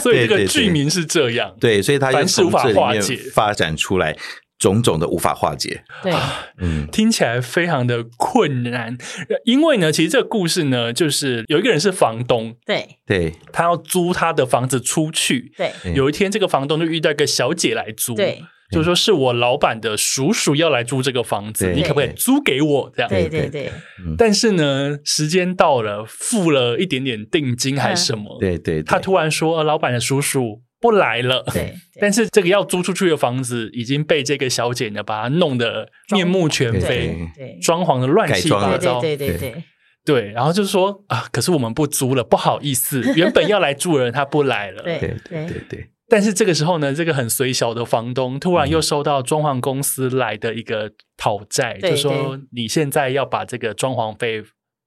Speaker 1: 所以这
Speaker 3: 对
Speaker 1: 个
Speaker 3: 对对
Speaker 1: 剧名是这样。
Speaker 3: 对，所以他就
Speaker 1: 凡事无
Speaker 3: 从
Speaker 1: 法
Speaker 3: 这里
Speaker 1: 化
Speaker 3: 面
Speaker 1: 解
Speaker 3: 发展出来种种的无法化解。
Speaker 2: 对，
Speaker 3: 嗯，
Speaker 1: 听起来非常的困难，因为呢，其实这个故事呢，就是有一个人是房东，
Speaker 2: 对，
Speaker 3: 对
Speaker 1: 他要租他的房子出去。
Speaker 2: 对，
Speaker 3: 对
Speaker 1: 有一天，这个房东就遇到一个小姐来租，
Speaker 2: 对，
Speaker 1: 就是说是我老板的叔叔要来租这个房子，
Speaker 3: 对
Speaker 1: 你可不可以租给我？这样，
Speaker 2: 对，
Speaker 3: 对
Speaker 2: 对，
Speaker 3: 对
Speaker 2: 对，
Speaker 1: 但是呢，时间到了，付了一点点定金还是什么，
Speaker 3: 对对，
Speaker 1: 他
Speaker 3: 对
Speaker 1: 突然说、呃老板的叔叔，不来了。
Speaker 2: 对，对
Speaker 1: 但是这个要租出去的房子已经被这个小姐呢，把它弄得面目全非，
Speaker 2: 对对
Speaker 1: 装潢的乱七八
Speaker 3: 改
Speaker 1: 糟。
Speaker 2: 对对对对对，
Speaker 1: 对然后就是说啊，可是我们不租了，不好意思，原本要来住的人他不来了。
Speaker 2: 对
Speaker 3: 对对对对，
Speaker 1: 但是这个时候呢，这个很随小的房东突然又收到装潢公司来的一个讨债，
Speaker 2: 对
Speaker 1: 就说你现在要把这个装潢费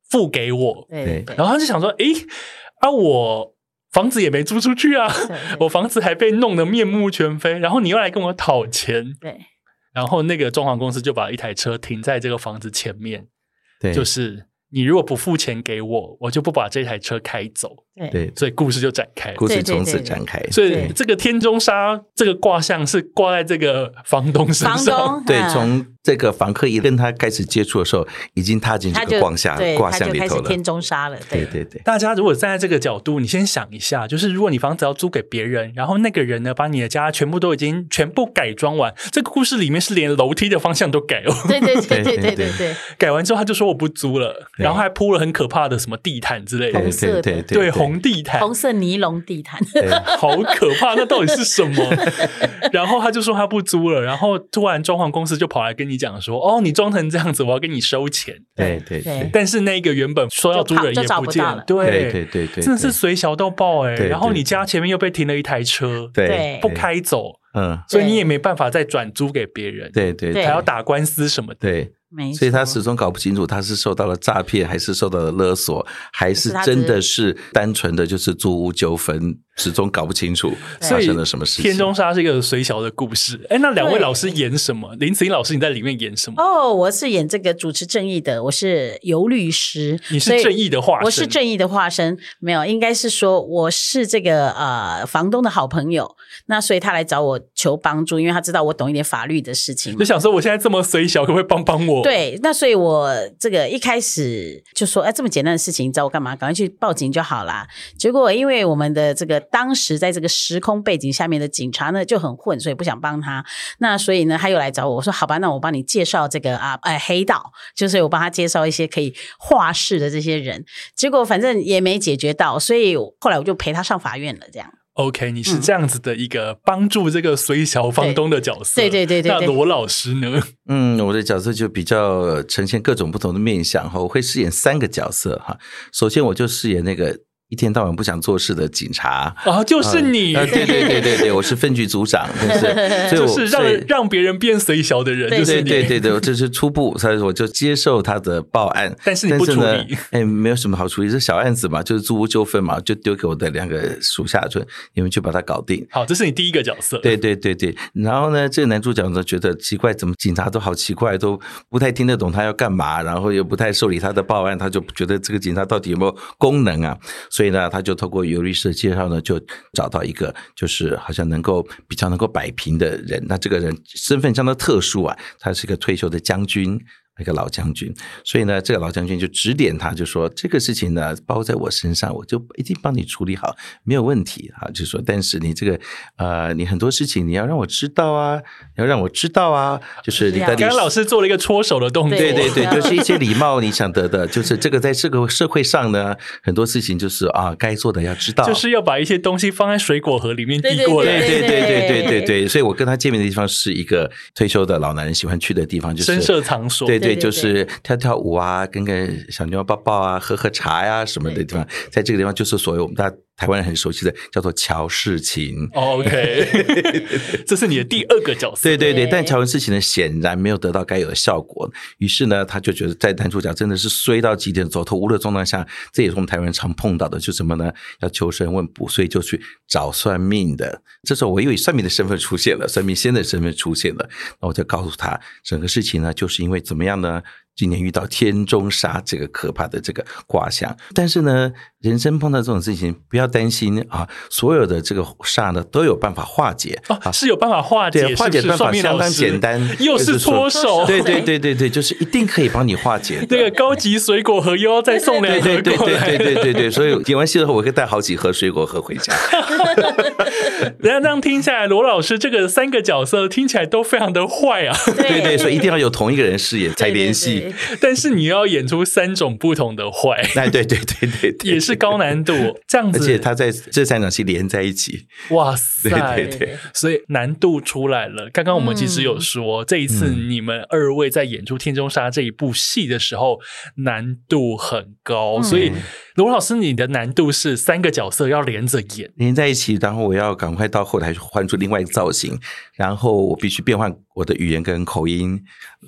Speaker 1: 付给我。
Speaker 2: 对
Speaker 3: 对
Speaker 2: 对，
Speaker 1: 然后他就想说，诶，啊，我房子也没租出去啊，
Speaker 2: 对对
Speaker 1: 我房子还被弄得面目全非，然后你又来跟我讨钱。
Speaker 2: 对
Speaker 1: 然后那个装潢公司就把一台车停在这个房子前面，
Speaker 3: 对
Speaker 1: 就是你如果不付钱给我，我就不把这台车开走。
Speaker 2: 对
Speaker 3: 对，
Speaker 1: 所以故事就展开了。
Speaker 3: 故事
Speaker 2: 对对
Speaker 3: 从此
Speaker 2: 对对
Speaker 3: 展开。
Speaker 1: 所以
Speaker 2: 对
Speaker 1: 这个天中沙这个卦象是挂在这个房东身
Speaker 2: 房
Speaker 1: 上，
Speaker 2: 东
Speaker 3: 对，
Speaker 2: 嗯
Speaker 3: 从这个房客一跟他开始接触的时候，已经踏进
Speaker 2: 他
Speaker 3: 这
Speaker 2: 就
Speaker 3: 个卦象
Speaker 2: 对
Speaker 3: 卦
Speaker 2: 他
Speaker 3: 象
Speaker 2: 就
Speaker 3: 里
Speaker 2: 开
Speaker 3: 头
Speaker 2: 始
Speaker 3: 了
Speaker 2: 天。中杀了，
Speaker 3: 对对对，
Speaker 1: 大家如果站在这个角度，你先想一下，就是如果你房子要租给别人，然后那个人呢把你的家全部都已经全部改装完，这个故事里面是连楼梯的方向都改哦，
Speaker 2: 对对对对
Speaker 3: 对
Speaker 2: 对
Speaker 3: 对
Speaker 2: 对对，
Speaker 1: 改完之后他就说我不租了，
Speaker 3: 对
Speaker 1: 然后还铺了很可怕的什么地毯之类的，
Speaker 2: 红色的
Speaker 3: 对对
Speaker 1: 对红地毯，
Speaker 2: 红色尼龙地毯，
Speaker 3: 对
Speaker 1: 好可怕，那到底是什么？然后他就说他不租了，然后突然装潢公司就跑来跟你讲说，哦，你装成这样子，我要跟你收钱。
Speaker 3: 对对
Speaker 2: 对
Speaker 3: 对
Speaker 1: 但是那个原本说要租人也
Speaker 2: 就跑
Speaker 1: 不
Speaker 2: 就
Speaker 1: 见
Speaker 2: 找不到了
Speaker 1: 对
Speaker 3: 对对对对，
Speaker 1: 真的是随小到爆哎、
Speaker 3: 对对
Speaker 1: 然后你家前面又被停了一台车，
Speaker 3: 对
Speaker 2: 对
Speaker 1: 不，开走，
Speaker 3: 嗯，
Speaker 1: 所以你也没办法再转租给别人，，
Speaker 3: 对对
Speaker 2: 对
Speaker 1: 还要打官司什么的。
Speaker 3: 对，
Speaker 2: 没错，
Speaker 3: 所以他始终搞不清楚他是受到了诈骗，还是受到了勒索，还是真的是单纯的就是租屋纠纷，始终搞不清楚发生了什么事情。
Speaker 1: 天中沙是一个随小的故事，哎，那两位
Speaker 2: 对
Speaker 1: 老师演什么？林子颖老师你在里面演什么？
Speaker 2: 哦，我是演这个主持正义的，我是尤律师，
Speaker 1: 你是
Speaker 2: 所以
Speaker 1: 正义的化身
Speaker 2: 我是正义的化身，没有，应该是说我是这个呃房东的好朋友，那所以他来找我求帮助，因为他知道我懂一点法律的事情
Speaker 1: 就。想说我现在这么随小，可不可以帮帮我？，
Speaker 2: 对，那所以我这个一开始就说，哎，这么简单的事情，你找我干嘛？赶快去报警就好啦。结果因为我们的这个当时在这个时空背景下面的警察呢就很混，所以不想帮他。那所以呢，他又来找我，我说好吧，那我帮你介绍这个啊，呃，黑道，就是我帮他介绍一些可以化事的这些人。结果反正也没解决到，所以后来我就陪他上法院了， 这样。
Speaker 1: OK，你是这样子的一个帮助这个随小房东的角色，
Speaker 2: 嗯对对对对
Speaker 1: 那
Speaker 2: 对
Speaker 1: 罗老师呢？
Speaker 3: 嗯，我的角色就比较呈现各种不同的面相哈，我会饰演三个角色哈。首先，我就饰演那个一天到晚不想做事的警察。
Speaker 1: 啊，就是你，
Speaker 3: 呃，对对对对对，我是分局组长，就是，所以
Speaker 1: 就
Speaker 3: 我
Speaker 1: 是让
Speaker 3: 所以
Speaker 1: 让别人变随小的人，
Speaker 2: 对
Speaker 1: 就是
Speaker 3: 对
Speaker 1: 你。
Speaker 3: 对对对，我这是初步，所以我就接受他的报案。
Speaker 1: 但是你不处
Speaker 3: 呢
Speaker 1: 理，
Speaker 3: 哎，没有什么好处理，这小案子嘛，就是租屋纠纷嘛，就丢给我的两个属下，就你们去把它搞定。
Speaker 1: 好，这是你第一个角色。
Speaker 3: 对对对对，然后呢，这个男主角呢觉得奇怪，怎么警察都好奇怪，都不太听得懂他要干嘛，然后也不太受理他的报案，他就觉得这个警察到底有没有功能啊？所以呢，他就透过尤律师的介绍呢，就找到一个就是好像能够比较能够摆平的人。那这个人身份相当特殊啊，他是一个退休的将军。一个老将军，所以呢，这个老将军就指点他，就说这个事情呢包在我身上，我就一定帮你处理好，没有问题啊。就说，但是你这个呃，你很多事情你要让我知道啊，你要让我知道啊，就是你
Speaker 2: 是啊
Speaker 3: 的
Speaker 1: 刚刚老师做了一个搓手的动作，
Speaker 2: 对
Speaker 3: 对对对，
Speaker 2: 我
Speaker 3: 就是一些礼貌你想得的，就是这个在这个社会上呢，很多事情就是啊，该做的要知道，
Speaker 1: 就是要把一些东西放在水果盒里面递
Speaker 2: 对对
Speaker 1: 过
Speaker 3: 对
Speaker 1: 来，
Speaker 3: 对对对
Speaker 2: 对
Speaker 3: 对对对，所以我跟他见面的地方是一个退休的老男人喜欢去的地方，就是
Speaker 1: 深色场所。
Speaker 2: 对
Speaker 3: 对对，
Speaker 2: 对
Speaker 3: 就
Speaker 2: 对
Speaker 3: 是跳跳舞啊，跟个小妞抱抱啊，喝喝茶呀、什么的
Speaker 2: 对
Speaker 3: 地方，在这个地方就是所谓我们大家台湾人很熟悉的叫做乔氏情。
Speaker 1: 哦 OK，这是你的第二个角色。
Speaker 3: 对对对，
Speaker 2: 对
Speaker 3: 但乔恩事情呢，显然没有得到该有的效果。于是呢，他就觉得在男主角真的是衰到极点、走投无路的状态下，这也是我们台湾人常碰到的，就是什么呢？要求神问卜，所以就去找算命的。这时候我又以算命的身份出现了，算命先生的身份出现了。那我就告诉他，整个事情呢，就是因为怎么样呢？今年遇到天中杀这个可怕的这个卦象，但是呢，人生碰到这种事情，不要担心啊，所有的这个煞呢都有办法化解。
Speaker 1: 哦，是有办法化解，
Speaker 3: 对，化解
Speaker 1: 是不是
Speaker 3: 办法
Speaker 1: 算命
Speaker 3: 相
Speaker 1: 老
Speaker 3: 当
Speaker 1: 师
Speaker 3: 简单，
Speaker 1: 又
Speaker 3: 就是
Speaker 1: 搓
Speaker 3: 说
Speaker 1: 手，
Speaker 3: 对对对对对，就是一定可以帮你化解 的。
Speaker 1: 那个高级水果盒又要再送两
Speaker 3: 对
Speaker 1: 盒
Speaker 3: 对对
Speaker 1: 过
Speaker 3: 对
Speaker 1: 来
Speaker 3: 对，对对对，所以演完戏之后，我会带好几盒水果盒回家。
Speaker 1: 人家这样听下来，罗老师这个三个角色听起来都非常的坏啊，
Speaker 3: 对对，所以一定要有同一个人饰演才联
Speaker 2: 对
Speaker 3: 系。
Speaker 2: 对
Speaker 1: 但是你要演出三种不同的坏，
Speaker 3: 哎，对对对对对，
Speaker 1: 也是是高难度，哦这样
Speaker 3: 而
Speaker 1: 子，
Speaker 3: 且他在这三场戏连在一起，
Speaker 1: 哇塞，
Speaker 3: 对对对，
Speaker 1: 所以难度出来了。刚刚我们其实有说，
Speaker 3: 嗯
Speaker 1: 这一次你们二位在演出《天中杀》这一部戏的时候，难度很高。
Speaker 2: 嗯
Speaker 1: 所以罗老师，你的难度是三个角色要连着演，
Speaker 3: 连在一起，然后我要赶快到后台去换出另外一个造型，然后我必须变换我的语言跟口音，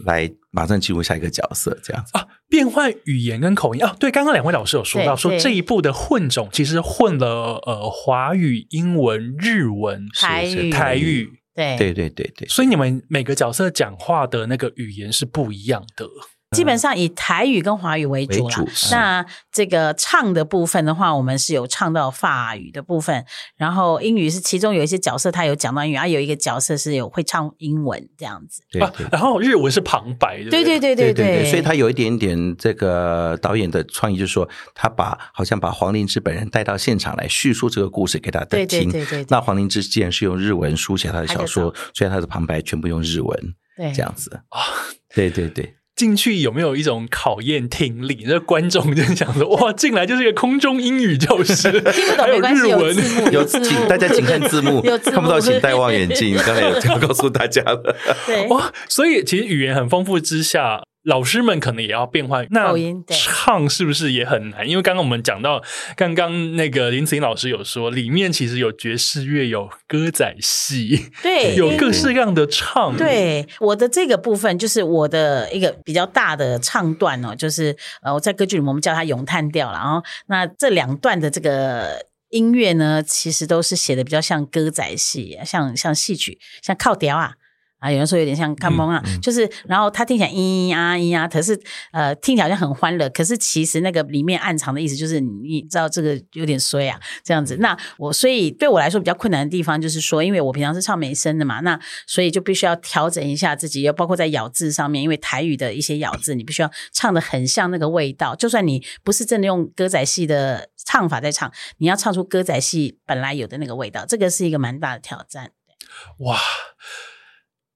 Speaker 3: 来马上进入下一个角色，这样
Speaker 1: 啊
Speaker 3: 子。
Speaker 1: 变换语言跟口音啊。对，刚刚两位老师有说到，
Speaker 2: 对
Speaker 1: 说
Speaker 2: 对
Speaker 1: 这一部的混种其实混了呃华语、英文、日文、
Speaker 2: 台语
Speaker 1: 台语，
Speaker 2: 对
Speaker 3: 对对对对，
Speaker 1: 所以你们每个角色讲话的那个语言是不一样的。
Speaker 2: 基本上以台语跟华语为主
Speaker 3: 为
Speaker 2: 啦。
Speaker 3: 主是
Speaker 2: 那这个唱的部分的话，我们是有唱到法语的部分，然后英语是其中有一些角色他有讲到英语，啊，有一个角色是有会唱英文这样子。
Speaker 3: 对
Speaker 1: 啊
Speaker 3: 对，
Speaker 1: 然后日文是旁白，不
Speaker 2: 对对对
Speaker 3: 对
Speaker 2: 对
Speaker 3: 对，所以他有一点点这个导演的创意，就是说他把好像把黄灵芝本人带到现场来叙述这个故事给大家
Speaker 2: 对对
Speaker 3: 听。
Speaker 2: 对对对
Speaker 3: 那黄灵芝既然是用日文书写他的小说，所以他的旁白全部用日文，
Speaker 2: 对
Speaker 3: 这样子。哦
Speaker 1: 啊
Speaker 3: 对对对，
Speaker 1: 进去有没有一种考验听力？那观众就想说：“哇，进来就是一个空中英语教 室，
Speaker 2: 不
Speaker 1: 还
Speaker 2: 懂没关系，
Speaker 1: 日
Speaker 2: 有
Speaker 1: 文。
Speaker 2: 字幕，
Speaker 3: 有
Speaker 2: 字幕
Speaker 3: 请大家请看字幕，
Speaker 2: 有字幕
Speaker 3: 看不到请戴望远镜。刚才有这样告诉大家 了，
Speaker 2: 对”
Speaker 1: 哇，哦所以其实语言很丰富之下，老师们可能也要变换。那
Speaker 2: 口音对
Speaker 1: 唱是不是也很难？因为刚刚我们讲到，刚刚那个林子颖老师有说，里面其实有爵士乐，有歌仔戏，
Speaker 2: 对
Speaker 1: 有
Speaker 2: 因
Speaker 1: 各式各样的唱。，
Speaker 2: 对我的这个部分，就是我的一个比较大的唱段哦，就是呃，我在歌剧里面我们叫它咏叹调了。然后那这两段的这个音乐呢，其实都是写的比较像歌仔戏，像像戏曲，像靠调啊。啊，有人说有点像看蒙啊，就是，然后它听起来嘤嘤啊嘤啊，可是呃，听起来好像很欢乐，可是其实那个里面暗藏的意思就是你，你知道这个有点衰啊，这样子。那我所以对我来说比较困难的地方就是说，因为我平常是唱美声的嘛，那所以就必须要调整一下自己，要包括在咬字上面，因为台语的一些咬字，你必须要唱的很像那个味道。就算你不是真的用歌仔戏的唱法在唱，你要唱出歌仔戏本来有的那个味道，这个是一个蛮大的挑战。
Speaker 1: 哇，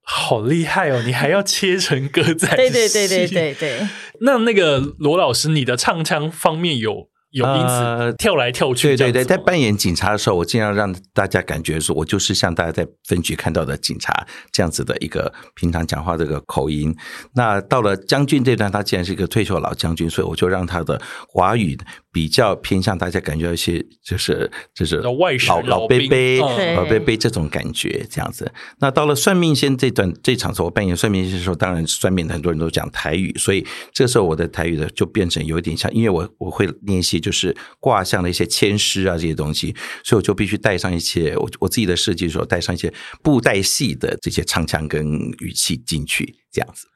Speaker 1: 好厉害哦！你还要切成歌仔戏，
Speaker 2: 对对对对对对，
Speaker 1: 那那个罗老师，你的唱腔方面有有因此
Speaker 3: 呃
Speaker 1: 跳来跳去这
Speaker 3: 对对
Speaker 1: 样子
Speaker 3: 对，
Speaker 1: 吗，
Speaker 3: 在扮演警察的时候，我尽量让大家感觉说，我就是像大家在分局看到的警察这样子的一个平常讲话这个口音。那到了将军这段，他既然是一个退休老将军，所以我就让他的华语比较偏向大家感觉到一些就是就是
Speaker 1: 老外省
Speaker 3: 老
Speaker 1: 老
Speaker 3: 老贝
Speaker 1: 兵
Speaker 3: 贝
Speaker 1: 嗯
Speaker 2: 对
Speaker 3: 老贝贝这种感觉这样子。那到了算命仙这段这场时候，我扮演算命仙的时候，当然算命的很多人都讲台语，所以这时候我的台语的就变成有一点像，因为我我会念一些就是卦象的一些签诗啊这些东西，所以我就必须带上一些我我自己的设计的时候带上一些布袋戏的这些唱腔跟语气进去这样子。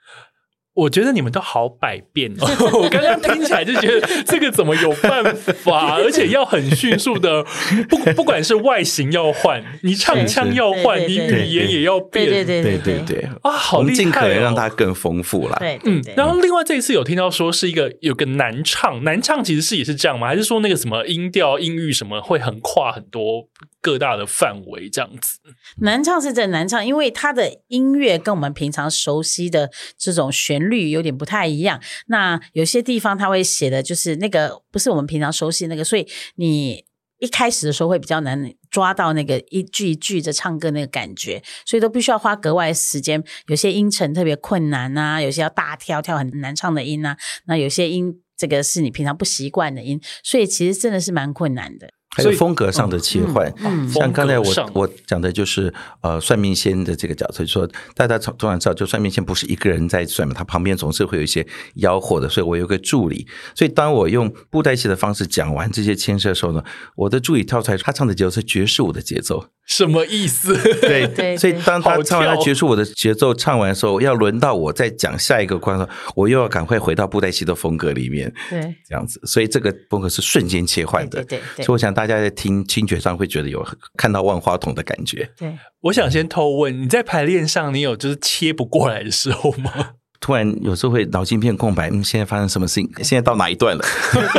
Speaker 1: 我觉得你们都好百变哦！ 我刚刚听起来就觉得这个怎么有办 法，而且要很迅速的，不不管是外形要换，你唱腔要换，
Speaker 2: 是
Speaker 1: 你
Speaker 2: 是对对
Speaker 1: 语言也要变，
Speaker 2: 对对对
Speaker 3: 对
Speaker 2: 对
Speaker 3: 对，
Speaker 1: 啊，好
Speaker 3: 我
Speaker 1: 厉害、
Speaker 3: 们
Speaker 1: 哦！
Speaker 3: 尽可能让它更丰富啦。
Speaker 2: 对对
Speaker 1: 嗯
Speaker 2: 对，，
Speaker 1: 然后另外这一次有听到说是一个有个男唱，男唱其实是也是这样吗？还是说那个什么音调、音域什么会横跨很多各大的范围这样子？
Speaker 2: 难唱是真的难唱，因为它的音乐跟我们平常熟悉的这种旋律有点不太一样。那有些地方它会写的就是那个不是我们平常熟悉的那个，所以你一开始的时候会比较难抓到那个一句一句的唱歌那个感觉，所以都必须要花格外的时间。有些音程特别困难啊，有些要大跳跳很难唱的音啊，那有些音这个是你平常不习惯的音，所以其实真的是蛮困难的。
Speaker 3: 还
Speaker 1: 所
Speaker 3: 有
Speaker 1: 以
Speaker 3: 风格上的切换，
Speaker 2: 嗯嗯
Speaker 3: 像刚才
Speaker 1: 风格
Speaker 3: 我
Speaker 1: 上
Speaker 3: 我讲的就是呃算命仙的这个角色，就说大家从通常知道，就算命仙不是一个人在算命，他旁边总是会有一些吆喝的，所以我有个助理。所以当我用布袋戏的方式讲完这些牵涉的时候呢，我的助理跳出来，他唱的节奏是爵士舞的节奏，
Speaker 1: 什么意思？
Speaker 3: 对
Speaker 2: 对
Speaker 3: 所以当
Speaker 1: 好
Speaker 3: 他
Speaker 1: 跳
Speaker 3: 唱完他结束我的节奏唱完的时候，要轮到我再讲下一个关头，我又要赶快回到布袋戏的风格里面，
Speaker 2: 对，
Speaker 3: 这样子，所以这个风格是瞬间切换的。
Speaker 2: 对对对
Speaker 3: 所以
Speaker 2: 对
Speaker 3: 我想大家在听听觉上会觉得有看到万花筒的感觉。
Speaker 2: 对。
Speaker 1: 我想先偷问，你在排练上，你有就是切不过来的时候吗？
Speaker 3: 突然有时候会脑筋片空白，嗯，现在发生什么事情？现在到哪一段了？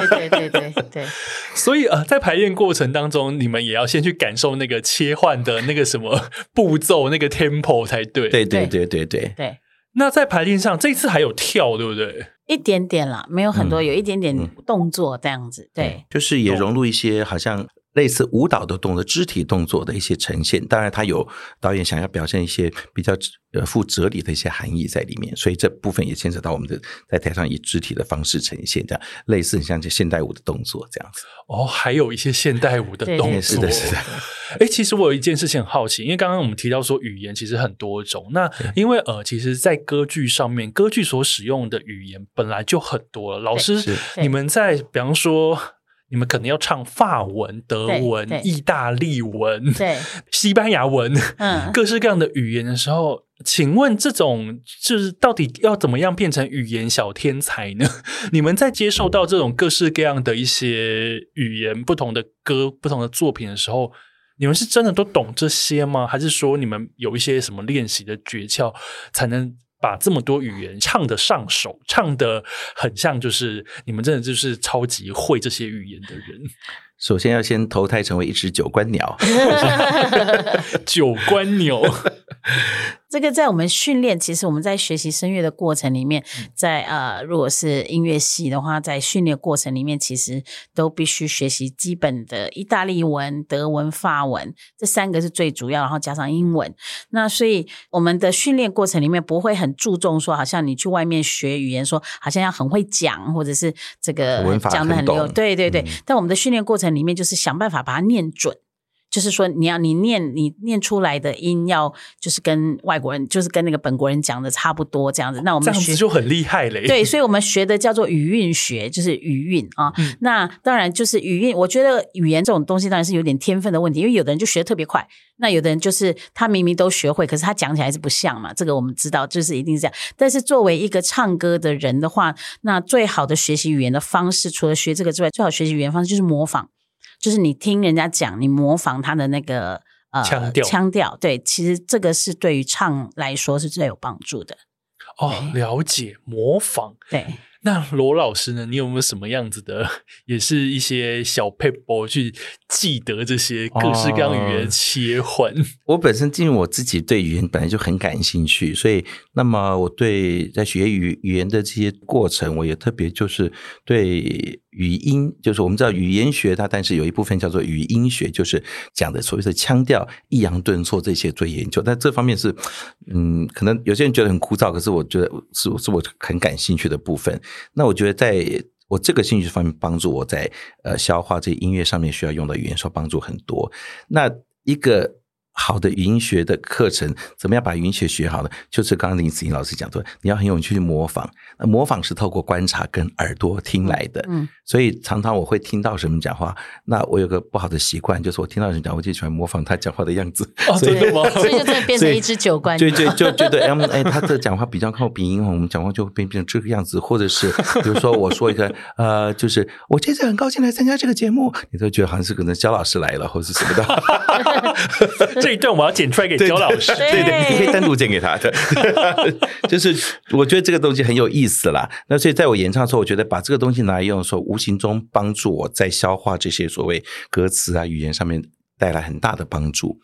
Speaker 2: 对对对对对对，
Speaker 1: 所以呃，在排练过程当中，你们也要先去感受那个切换的那个什么步骤、那个 tempo 才对。
Speaker 3: 对对对对对。
Speaker 2: 对
Speaker 1: 那在排练上，这一次还有跳，对不对？
Speaker 2: 一点点啦，没有很多，
Speaker 3: 嗯
Speaker 2: 有一点点
Speaker 3: 嗯
Speaker 2: 动作这样子。对，
Speaker 3: 就是也融入一些好像类似舞蹈的动作、肢体动作的一些呈现。当然，它有导演想要表现一些比较呃富哲理的一些含义在里面，所以这部分也牵扯到我们的在台上以肢体的方式呈现，这样类似很像这现代舞的动作这样子。
Speaker 1: 哦，还有一些现代舞的
Speaker 2: 对
Speaker 1: 动作。
Speaker 2: 对
Speaker 3: 是的是的。
Speaker 1: 哎，其实我有一件事情很好奇，因为刚刚我们提到说语言其实很多种，那因为呃，其实，在歌剧上面，歌剧所使用的语言本来就很多了。老师
Speaker 3: 是，
Speaker 2: 对
Speaker 1: 你们在比方说。你们可能要唱法文、德
Speaker 2: 对
Speaker 1: 文
Speaker 2: 对、
Speaker 1: 意大利文、
Speaker 2: 对，
Speaker 1: 西班牙文，
Speaker 2: 嗯，
Speaker 1: 各式各样的语言的时候，请问这种就是到底要怎么样变成语言小天才呢？ 你们在接受到这种各式各样的一些语言、不同的歌、不同的作品的时候，你们是真的都懂这些吗？还是说你们有一些什么练习的诀窍，才能把这么多语言唱得上手，唱得很像就是你们真的就是超级会这些语言的人？
Speaker 3: 首先要先投胎成为一只九官鸟，
Speaker 1: 九官牛，
Speaker 2: 这个在我们训练，其实我们在学习声乐的过程里面，
Speaker 3: 嗯
Speaker 2: 在呃，如果是音乐系的话，在训练过程里面，其实都必须学习基本的意大利文、德文、法文这三个是最主要，然后加上英文。那所以我们的训练过程里面不会很注重说，好像你去外面学语言说，好像要很会讲，或者是这个
Speaker 3: 文法
Speaker 2: 讲的很
Speaker 3: 很
Speaker 2: 溜。
Speaker 3: 懂
Speaker 2: 对对对
Speaker 3: 嗯，
Speaker 2: 但我们的训练过程里面就是想办法把它念准。就是说，你要你念你念出来的音要就是跟外国人，就是跟那个本国人讲的差不多这样子。那我
Speaker 1: 这
Speaker 2: 们
Speaker 1: 样
Speaker 2: 学
Speaker 1: 子就很厉害嘞。
Speaker 2: 对，所以我们学的叫做语韵学，就是语韵啊。
Speaker 1: 嗯
Speaker 2: 那当然就是语韵，我觉得语言这种东西当然是有点天分的问题，因为有的人就学得特别快，那有的人就是他明明都学会，可是他讲起来是不像嘛。这个我们知道，就是一定是这样。但是作为一个唱歌的人的话，那最好的学习语言的方式，除了学这个之外，最好学习语言方式就是模仿，就是你听人家讲，你模仿他的那个。呃
Speaker 1: 腔调
Speaker 2: 腔调，对，其实这个是对于唱来说是最有帮助的。
Speaker 1: 哦，了解模仿。
Speaker 2: 对，
Speaker 1: 那罗老师呢？你有没有什么样子的， 也是一些小 paper 去记得这些各式各样语言的切换？
Speaker 3: 我本身因为我自己对语言本来就很感兴趣，所以那么我对在学语语言的这些过程，我也特别就是对语音，就是我们知道语言学它，但是有一部分叫做语音学，就是讲的所谓的腔调、抑扬顿挫这些做研究。但这方面是，嗯，可能有些人觉得很枯燥，可是我觉得是是我很感兴趣的部分。那我觉得在我这个兴趣方面，帮助我在呃消化这音乐上面需要用到语言上帮助很多。那一个好的语音学的课程，怎么样把语音学学好呢？就是刚刚林子颖老师讲说，你要很有趣去模仿。那模仿是透过观察跟耳朵听来的，
Speaker 2: 嗯，
Speaker 3: 所以常常我会听到什么讲话。那我有个不好的习惯，就是我听到人讲，我就喜欢模仿他讲话的样子。
Speaker 1: 哦，真的吗？
Speaker 2: 所以就真的变成一只九官
Speaker 3: 就就就觉得，嗯，哎，他这讲话比较靠鼻音，我们讲话就会变变成这个样子，或 者是比如说我说一个，呃，就是我这次很高兴来参加这个节目，你都觉得好像是可能焦老师来了，或是什么的。
Speaker 1: 这一段我要剪出来给焦老师。
Speaker 3: 对对，你可以单独剪给 他的。就是我觉得这个东西很有意思啦。那所以在我演唱的时候，我觉得把这个东西拿来用的时候，无形中帮助我在消化这些所谓歌词啊、语言上面带来很大的帮助。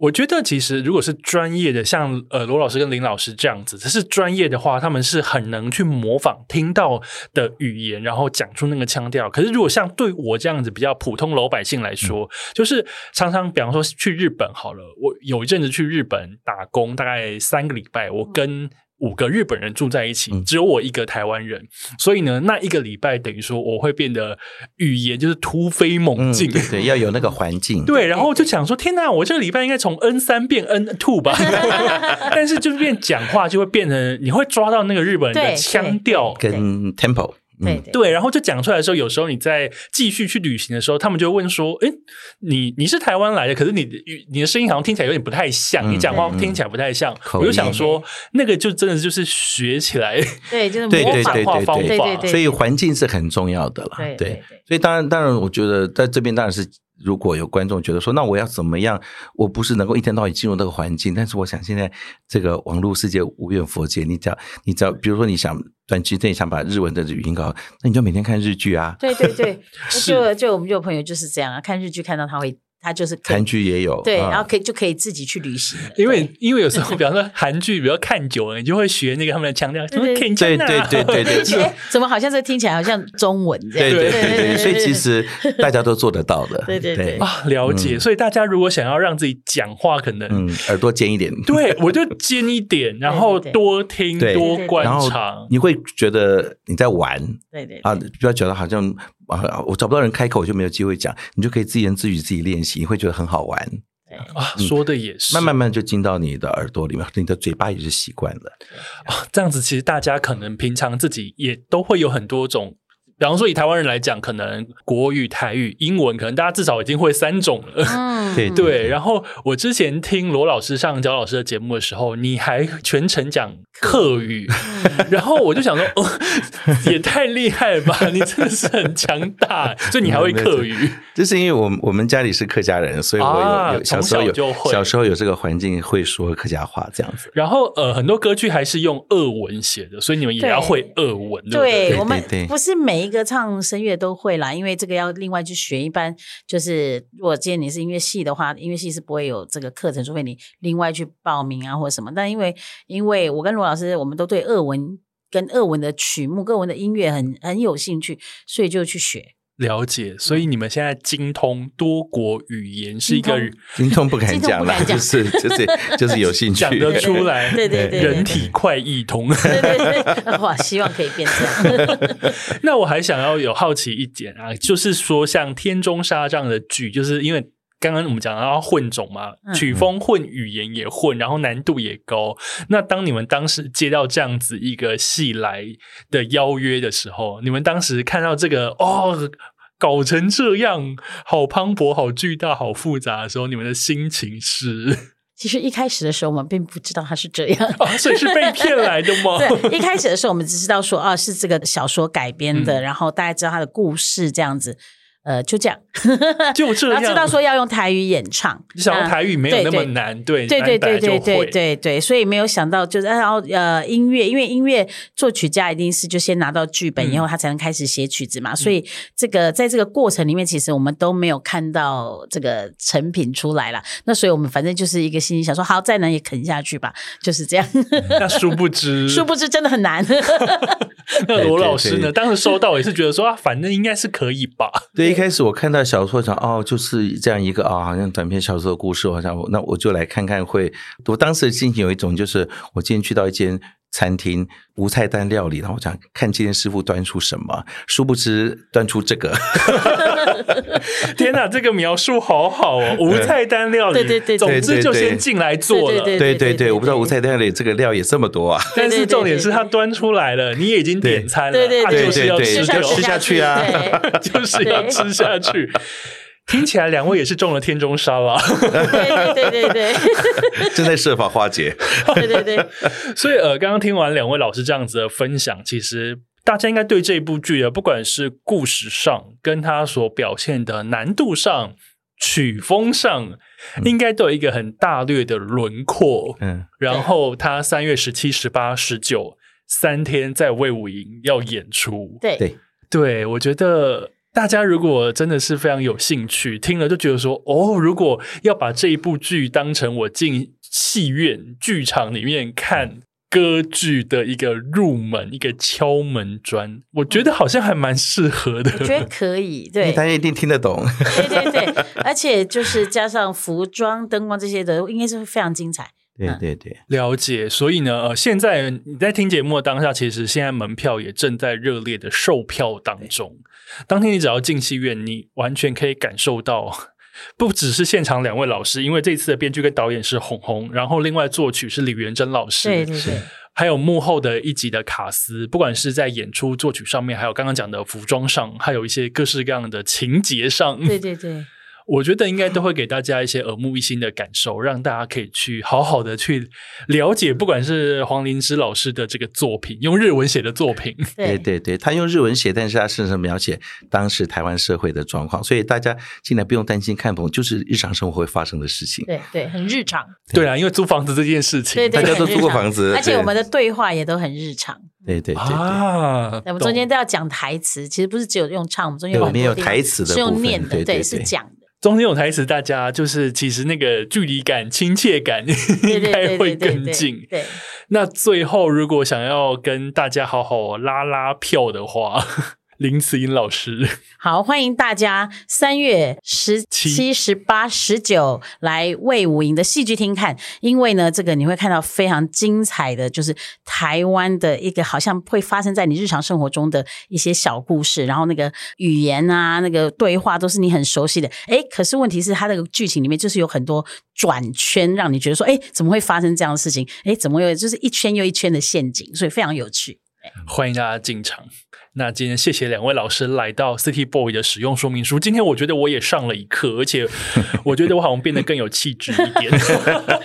Speaker 1: 我觉得其实如果是专业的，像呃罗老师跟林老师这样子，只是专业的话，他们是很能去模仿听到的语言，然后讲出那个腔调。可是如果像对我这样子比较普通老百姓来说，
Speaker 3: 嗯
Speaker 1: 就是常常比方说去日本好了，我有一阵子去日本打工，大概三个礼拜，我跟。五个日本人住在一起，
Speaker 3: 嗯
Speaker 1: 只有我一个台湾人，所以呢，那一个礼拜等于说我会变得语言就是突飞猛
Speaker 3: 嗯，
Speaker 1: 进，
Speaker 3: 对对，要有那个环境。
Speaker 1: 对，然后就想说，天哪，我这个礼拜应该从 N 三变 N two 吧，但是就是变讲话就会变成，你会抓到那个日本人的
Speaker 2: 对
Speaker 1: 腔调。
Speaker 3: 跟 tempo，
Speaker 2: 对
Speaker 3: 嗯，
Speaker 2: 对
Speaker 1: 对，然后就讲出来的时候，有时候你在继续去旅行的时候，他们就会问说：“诶，你你是台湾来的，可是你的你的声音好像听起来有点不太像，
Speaker 3: 嗯
Speaker 1: 你讲话听起来不太像。
Speaker 3: 口
Speaker 1: 我就
Speaker 3: 音
Speaker 1: 想说，那个就真的就是学起来
Speaker 2: 对，就是
Speaker 3: 对
Speaker 2: 模
Speaker 1: 模
Speaker 3: 对
Speaker 2: 仿
Speaker 1: 仿化
Speaker 3: 对对
Speaker 1: 方法。
Speaker 2: 对
Speaker 3: 对
Speaker 2: 对
Speaker 3: 所以环境是很重要的啦。
Speaker 2: 对对
Speaker 3: 对
Speaker 2: 对，
Speaker 3: 所以当然当然，我觉得在这边当然是。如果有观众觉得说，那我要怎么样？我不是能够一天到晚进入那个环境，但是我想现在这个网络世界无远佛界，你只要你只要，比如说你想短期内想把日文的语音搞好，那你就每天看日剧啊，
Speaker 2: 对对对，
Speaker 1: 是
Speaker 2: 就就我们就有朋友就是这样啊，看日剧看到他会它就是可以
Speaker 3: 韩剧也有，
Speaker 2: 对，
Speaker 3: 啊
Speaker 2: 然后可以就可以自己去旅行 了。
Speaker 1: 因
Speaker 2: 对
Speaker 1: 为因为有时候，比方说韩剧，比如看久了，你就会学那个他们的腔调，什么
Speaker 2: 对对
Speaker 1: Ken
Speaker 3: 对对对对 对
Speaker 2: 觉得哎怎么好像这听起来好像中文这样？
Speaker 3: 对对对对，所以其
Speaker 2: 对
Speaker 3: 实大家都做得到的，
Speaker 2: 对对对
Speaker 1: 啊，了解。所以大家如果想要让自己讲话，可能
Speaker 3: 嗯，耳朵尖一点，
Speaker 1: 对我就尖一点，然后
Speaker 2: 对对对
Speaker 1: 多听
Speaker 3: 对
Speaker 1: 多观
Speaker 3: 然后
Speaker 1: 察。
Speaker 3: 你会觉得你在玩
Speaker 2: 对对
Speaker 3: 啊，不要觉得好像啊，我找不到人开口，我就没有机会讲，你就可以自言自语、自己练习，你会觉得很好玩，
Speaker 1: 啊，说的也是，
Speaker 3: 慢慢慢就进到你的耳朵里面，你的嘴巴也是习惯了。
Speaker 1: 啊，这样子其实大家可能平常自己也都会有很多种，比方说以台湾人来讲，可能国语、台语、英文，可能大家至少已经会三种了。
Speaker 2: 嗯
Speaker 3: 对
Speaker 1: 对，然后我之前听罗老师上焦老师的节目的时候，你还全程讲客语，
Speaker 2: 嗯
Speaker 1: 然后我就想说，哦，也太厉害了吧！ 你真的是很强 大，所以你还会客语
Speaker 3: 就是因为我们我们家里是客家人，所以我有、
Speaker 1: 啊
Speaker 3: 有小时候
Speaker 1: 从小
Speaker 3: 有
Speaker 1: 就会
Speaker 3: 小时候有这个环境会说客家话这样 子。
Speaker 1: 然后呃，很多歌剧还是用俄文写的，所以你们也要会俄文，对不对？
Speaker 2: 对我们
Speaker 3: 对对
Speaker 2: 不是每一个唱声乐都会啦，因为这个要另外去学。一般就是如果今天你是音乐系的话，音乐系是不会有这个课程，除非你另外去报名啊或者什么。但因为因为我跟罗老师，我们都对俄文跟俄文的曲目、俄文的音乐很很有兴趣，所以就去 学。
Speaker 1: 了解，所以你们现在精通多国语言是一个
Speaker 2: 精
Speaker 3: 精通不敢讲啦，
Speaker 2: 精通不敢讲
Speaker 3: 就是就是就是有兴趣
Speaker 1: 讲 得出来，
Speaker 2: 对对对，对
Speaker 1: 人体快译通。
Speaker 2: 对对对，哇，希望可以变这样。
Speaker 1: 那我还想要有好奇一点啊，就是说像《天中杀》这样的剧，就是因为。刚刚我们讲到混种嘛，
Speaker 2: 嗯
Speaker 1: 曲风混，语言也混，然后难度也高。那当你们当时接到这样子一个戏来的邀约的时候，你们当时看到这个哦，搞成这样，好磅礴，好巨大，好复杂的时候，你们的心情是
Speaker 2: 其实一开始的时候，我们并不知道他是这样
Speaker 1: 。啊，所以是被骗来的吗？
Speaker 2: 对，一开始的时候我们只知道说啊是这个小说改编
Speaker 1: 嗯
Speaker 2: 的，然后大家知道它的故事这样子，呃，就这样，
Speaker 1: 就这
Speaker 2: 然
Speaker 1: 样，
Speaker 2: 啊后知道说要用台语演唱，
Speaker 1: 想要台语没有那么
Speaker 2: 对对
Speaker 1: 难，对
Speaker 2: 对对对对
Speaker 1: 难本来就
Speaker 2: 对
Speaker 1: 会
Speaker 2: 对对，所以没有想到就是，然后呃，音乐，因为音乐作曲家一定是就先拿到剧
Speaker 1: 嗯
Speaker 2: 本以后，他才能开始写曲子嘛，所以这个在这个过程里面，其实我们都没有看到这个成品出来啦。那所以我们反正就是一个心里想说，好，再难也啃下去吧， 就是这样。
Speaker 1: 那殊不知，
Speaker 2: 殊不知真的 很难，
Speaker 1: 那罗老师
Speaker 3: 对
Speaker 1: 呢？
Speaker 3: 对
Speaker 1: 当时收到也是觉得说啊，反正应该是可以吧。
Speaker 3: 对，一开始我看到小说想哦，就是这样一个啊、好像短篇小说的故事，好像我那我就来看看会。我当时的心情有一种就是，我今天去到一间餐厅无菜单料理，然后我想看今天师傅端出什么，殊不知端出这个。
Speaker 1: 天哪，这个描述好好哦，无菜单料理，
Speaker 2: 对对对对
Speaker 1: 总之就
Speaker 3: 对对对
Speaker 1: 先进来做了。
Speaker 2: 对
Speaker 3: 对对对，我不知道无菜单料理这个料也这么多 啊。
Speaker 1: 但是重点是他端出来了，你也已经点餐了，
Speaker 2: 对对
Speaker 1: 啊
Speaker 2: 对
Speaker 1: 就是要
Speaker 3: 对
Speaker 1: 吃
Speaker 3: 对
Speaker 1: 掉
Speaker 3: 就吃下去啊
Speaker 2: 对
Speaker 1: 就是要吃下去。听起来两位也是中了天中杀了，
Speaker 2: 对对对对
Speaker 3: 正在设法化解。
Speaker 2: 对对对对，
Speaker 1: 所以呃，刚刚听完两位老师这样子的分享，其实大家应该对这部剧的，不管是故事上跟它所表现的难度上、曲风上，应该都有一个很大略的轮廓。
Speaker 3: 嗯，
Speaker 1: 然后他三月十七、十八、十九三天在魏武营要演出，
Speaker 2: 对
Speaker 3: 对
Speaker 1: 对我觉得。大家如果真的是非常有兴趣，听了就觉得说，哦，如果要把这一部剧当成我进戏院剧场里面看歌剧的一个入门、一个敲门砖，我觉得好像还蛮适合的。
Speaker 2: 嗯我觉得可以，对
Speaker 3: 大家一定听得 懂。
Speaker 2: 对对对，而且就是加上服装、灯光这些的，应该是会非常精彩。
Speaker 3: 对对嗯对，
Speaker 1: 了解，所以呢，呃，现在你在听节目的当下，其实现在门票也正在热烈的售票当中。当天你只要进戏院，你完全可以感受到， 不只是现场两位老师，因为这次的编剧跟导演是红红，然后另外作曲是李元珍老师，
Speaker 2: 对对对，
Speaker 1: 还有幕后的一级的卡司，不管是在演出、作曲上面，还有刚刚讲的服装上，还有一些各式各样的情节上，
Speaker 2: 对对对，
Speaker 1: 我觉得应该都会给大家一些耳目一新的感受，让大家可以去好好的去了解，不管是黄灵芝老师的这个作品，用日文写的作品，
Speaker 3: 对
Speaker 2: 对
Speaker 3: 对对，他用日文写，但是他事实上描写当时台湾社会的状况，所以大家进来不用担心看不懂，就是日常生活会发生的事情。
Speaker 2: 对对，很日常，
Speaker 1: 对啊啦，因为租房子这件事情，
Speaker 2: 对对，
Speaker 3: 大家都
Speaker 2: 很日
Speaker 3: 租过
Speaker 2: 常
Speaker 3: 房子
Speaker 2: 而且
Speaker 3: 对
Speaker 2: 我们的对话也都很日常。
Speaker 3: 对对对对，
Speaker 1: 啊，
Speaker 2: 我们中间
Speaker 1: 懂
Speaker 2: 都要讲台词，其实不是只有用唱，我们中间
Speaker 3: 对，
Speaker 2: 有
Speaker 3: 我
Speaker 2: 很
Speaker 3: 们也
Speaker 2: 多
Speaker 3: 有
Speaker 2: 地
Speaker 3: 台
Speaker 2: 方
Speaker 3: 词的
Speaker 2: 是
Speaker 3: 部
Speaker 2: 用
Speaker 3: 分
Speaker 2: 念，的，
Speaker 3: 对
Speaker 2: 是讲的。
Speaker 1: 中间有台词，大家就是其实那个距离感、亲切感
Speaker 2: 对
Speaker 1: 应
Speaker 2: 对
Speaker 1: 该
Speaker 2: 对
Speaker 1: 会
Speaker 2: 对对
Speaker 1: 更
Speaker 2: 对
Speaker 1: 近。
Speaker 2: 对，
Speaker 1: 那最后，如果想要跟大家好好拉拉票的话， 林慈英老师，
Speaker 2: 好，欢迎大家三月十七、十八、十九来魏武营的戏剧厅看，因为呢，这个你会看到非常精彩的，就是台湾的一个好像会发生在你日常生活中的一些小故事，然后那个语言啊，那个对话都是你很熟悉的。诶，可是问题是它的剧情里面就是有很多转圈，让你觉得说，诶，怎么会发生这样的事情？诶，怎么有就是一圈又一圈的陷阱，所以非常有趣。
Speaker 1: 欢迎大家进场。那今天谢谢两位老师来到 City Boy 的使用说明书。今天我觉得我也上了一课，而且我觉得我好像变得更有气质一点。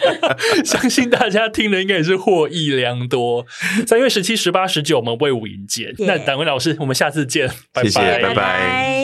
Speaker 1: 相信大家听了应该也是获益良多。三月十七、十八、十九，我们魏武营见。
Speaker 2: Yeah
Speaker 1: 那两位老师，我们下次见，拜
Speaker 3: 谢谢拜拜
Speaker 2: 拜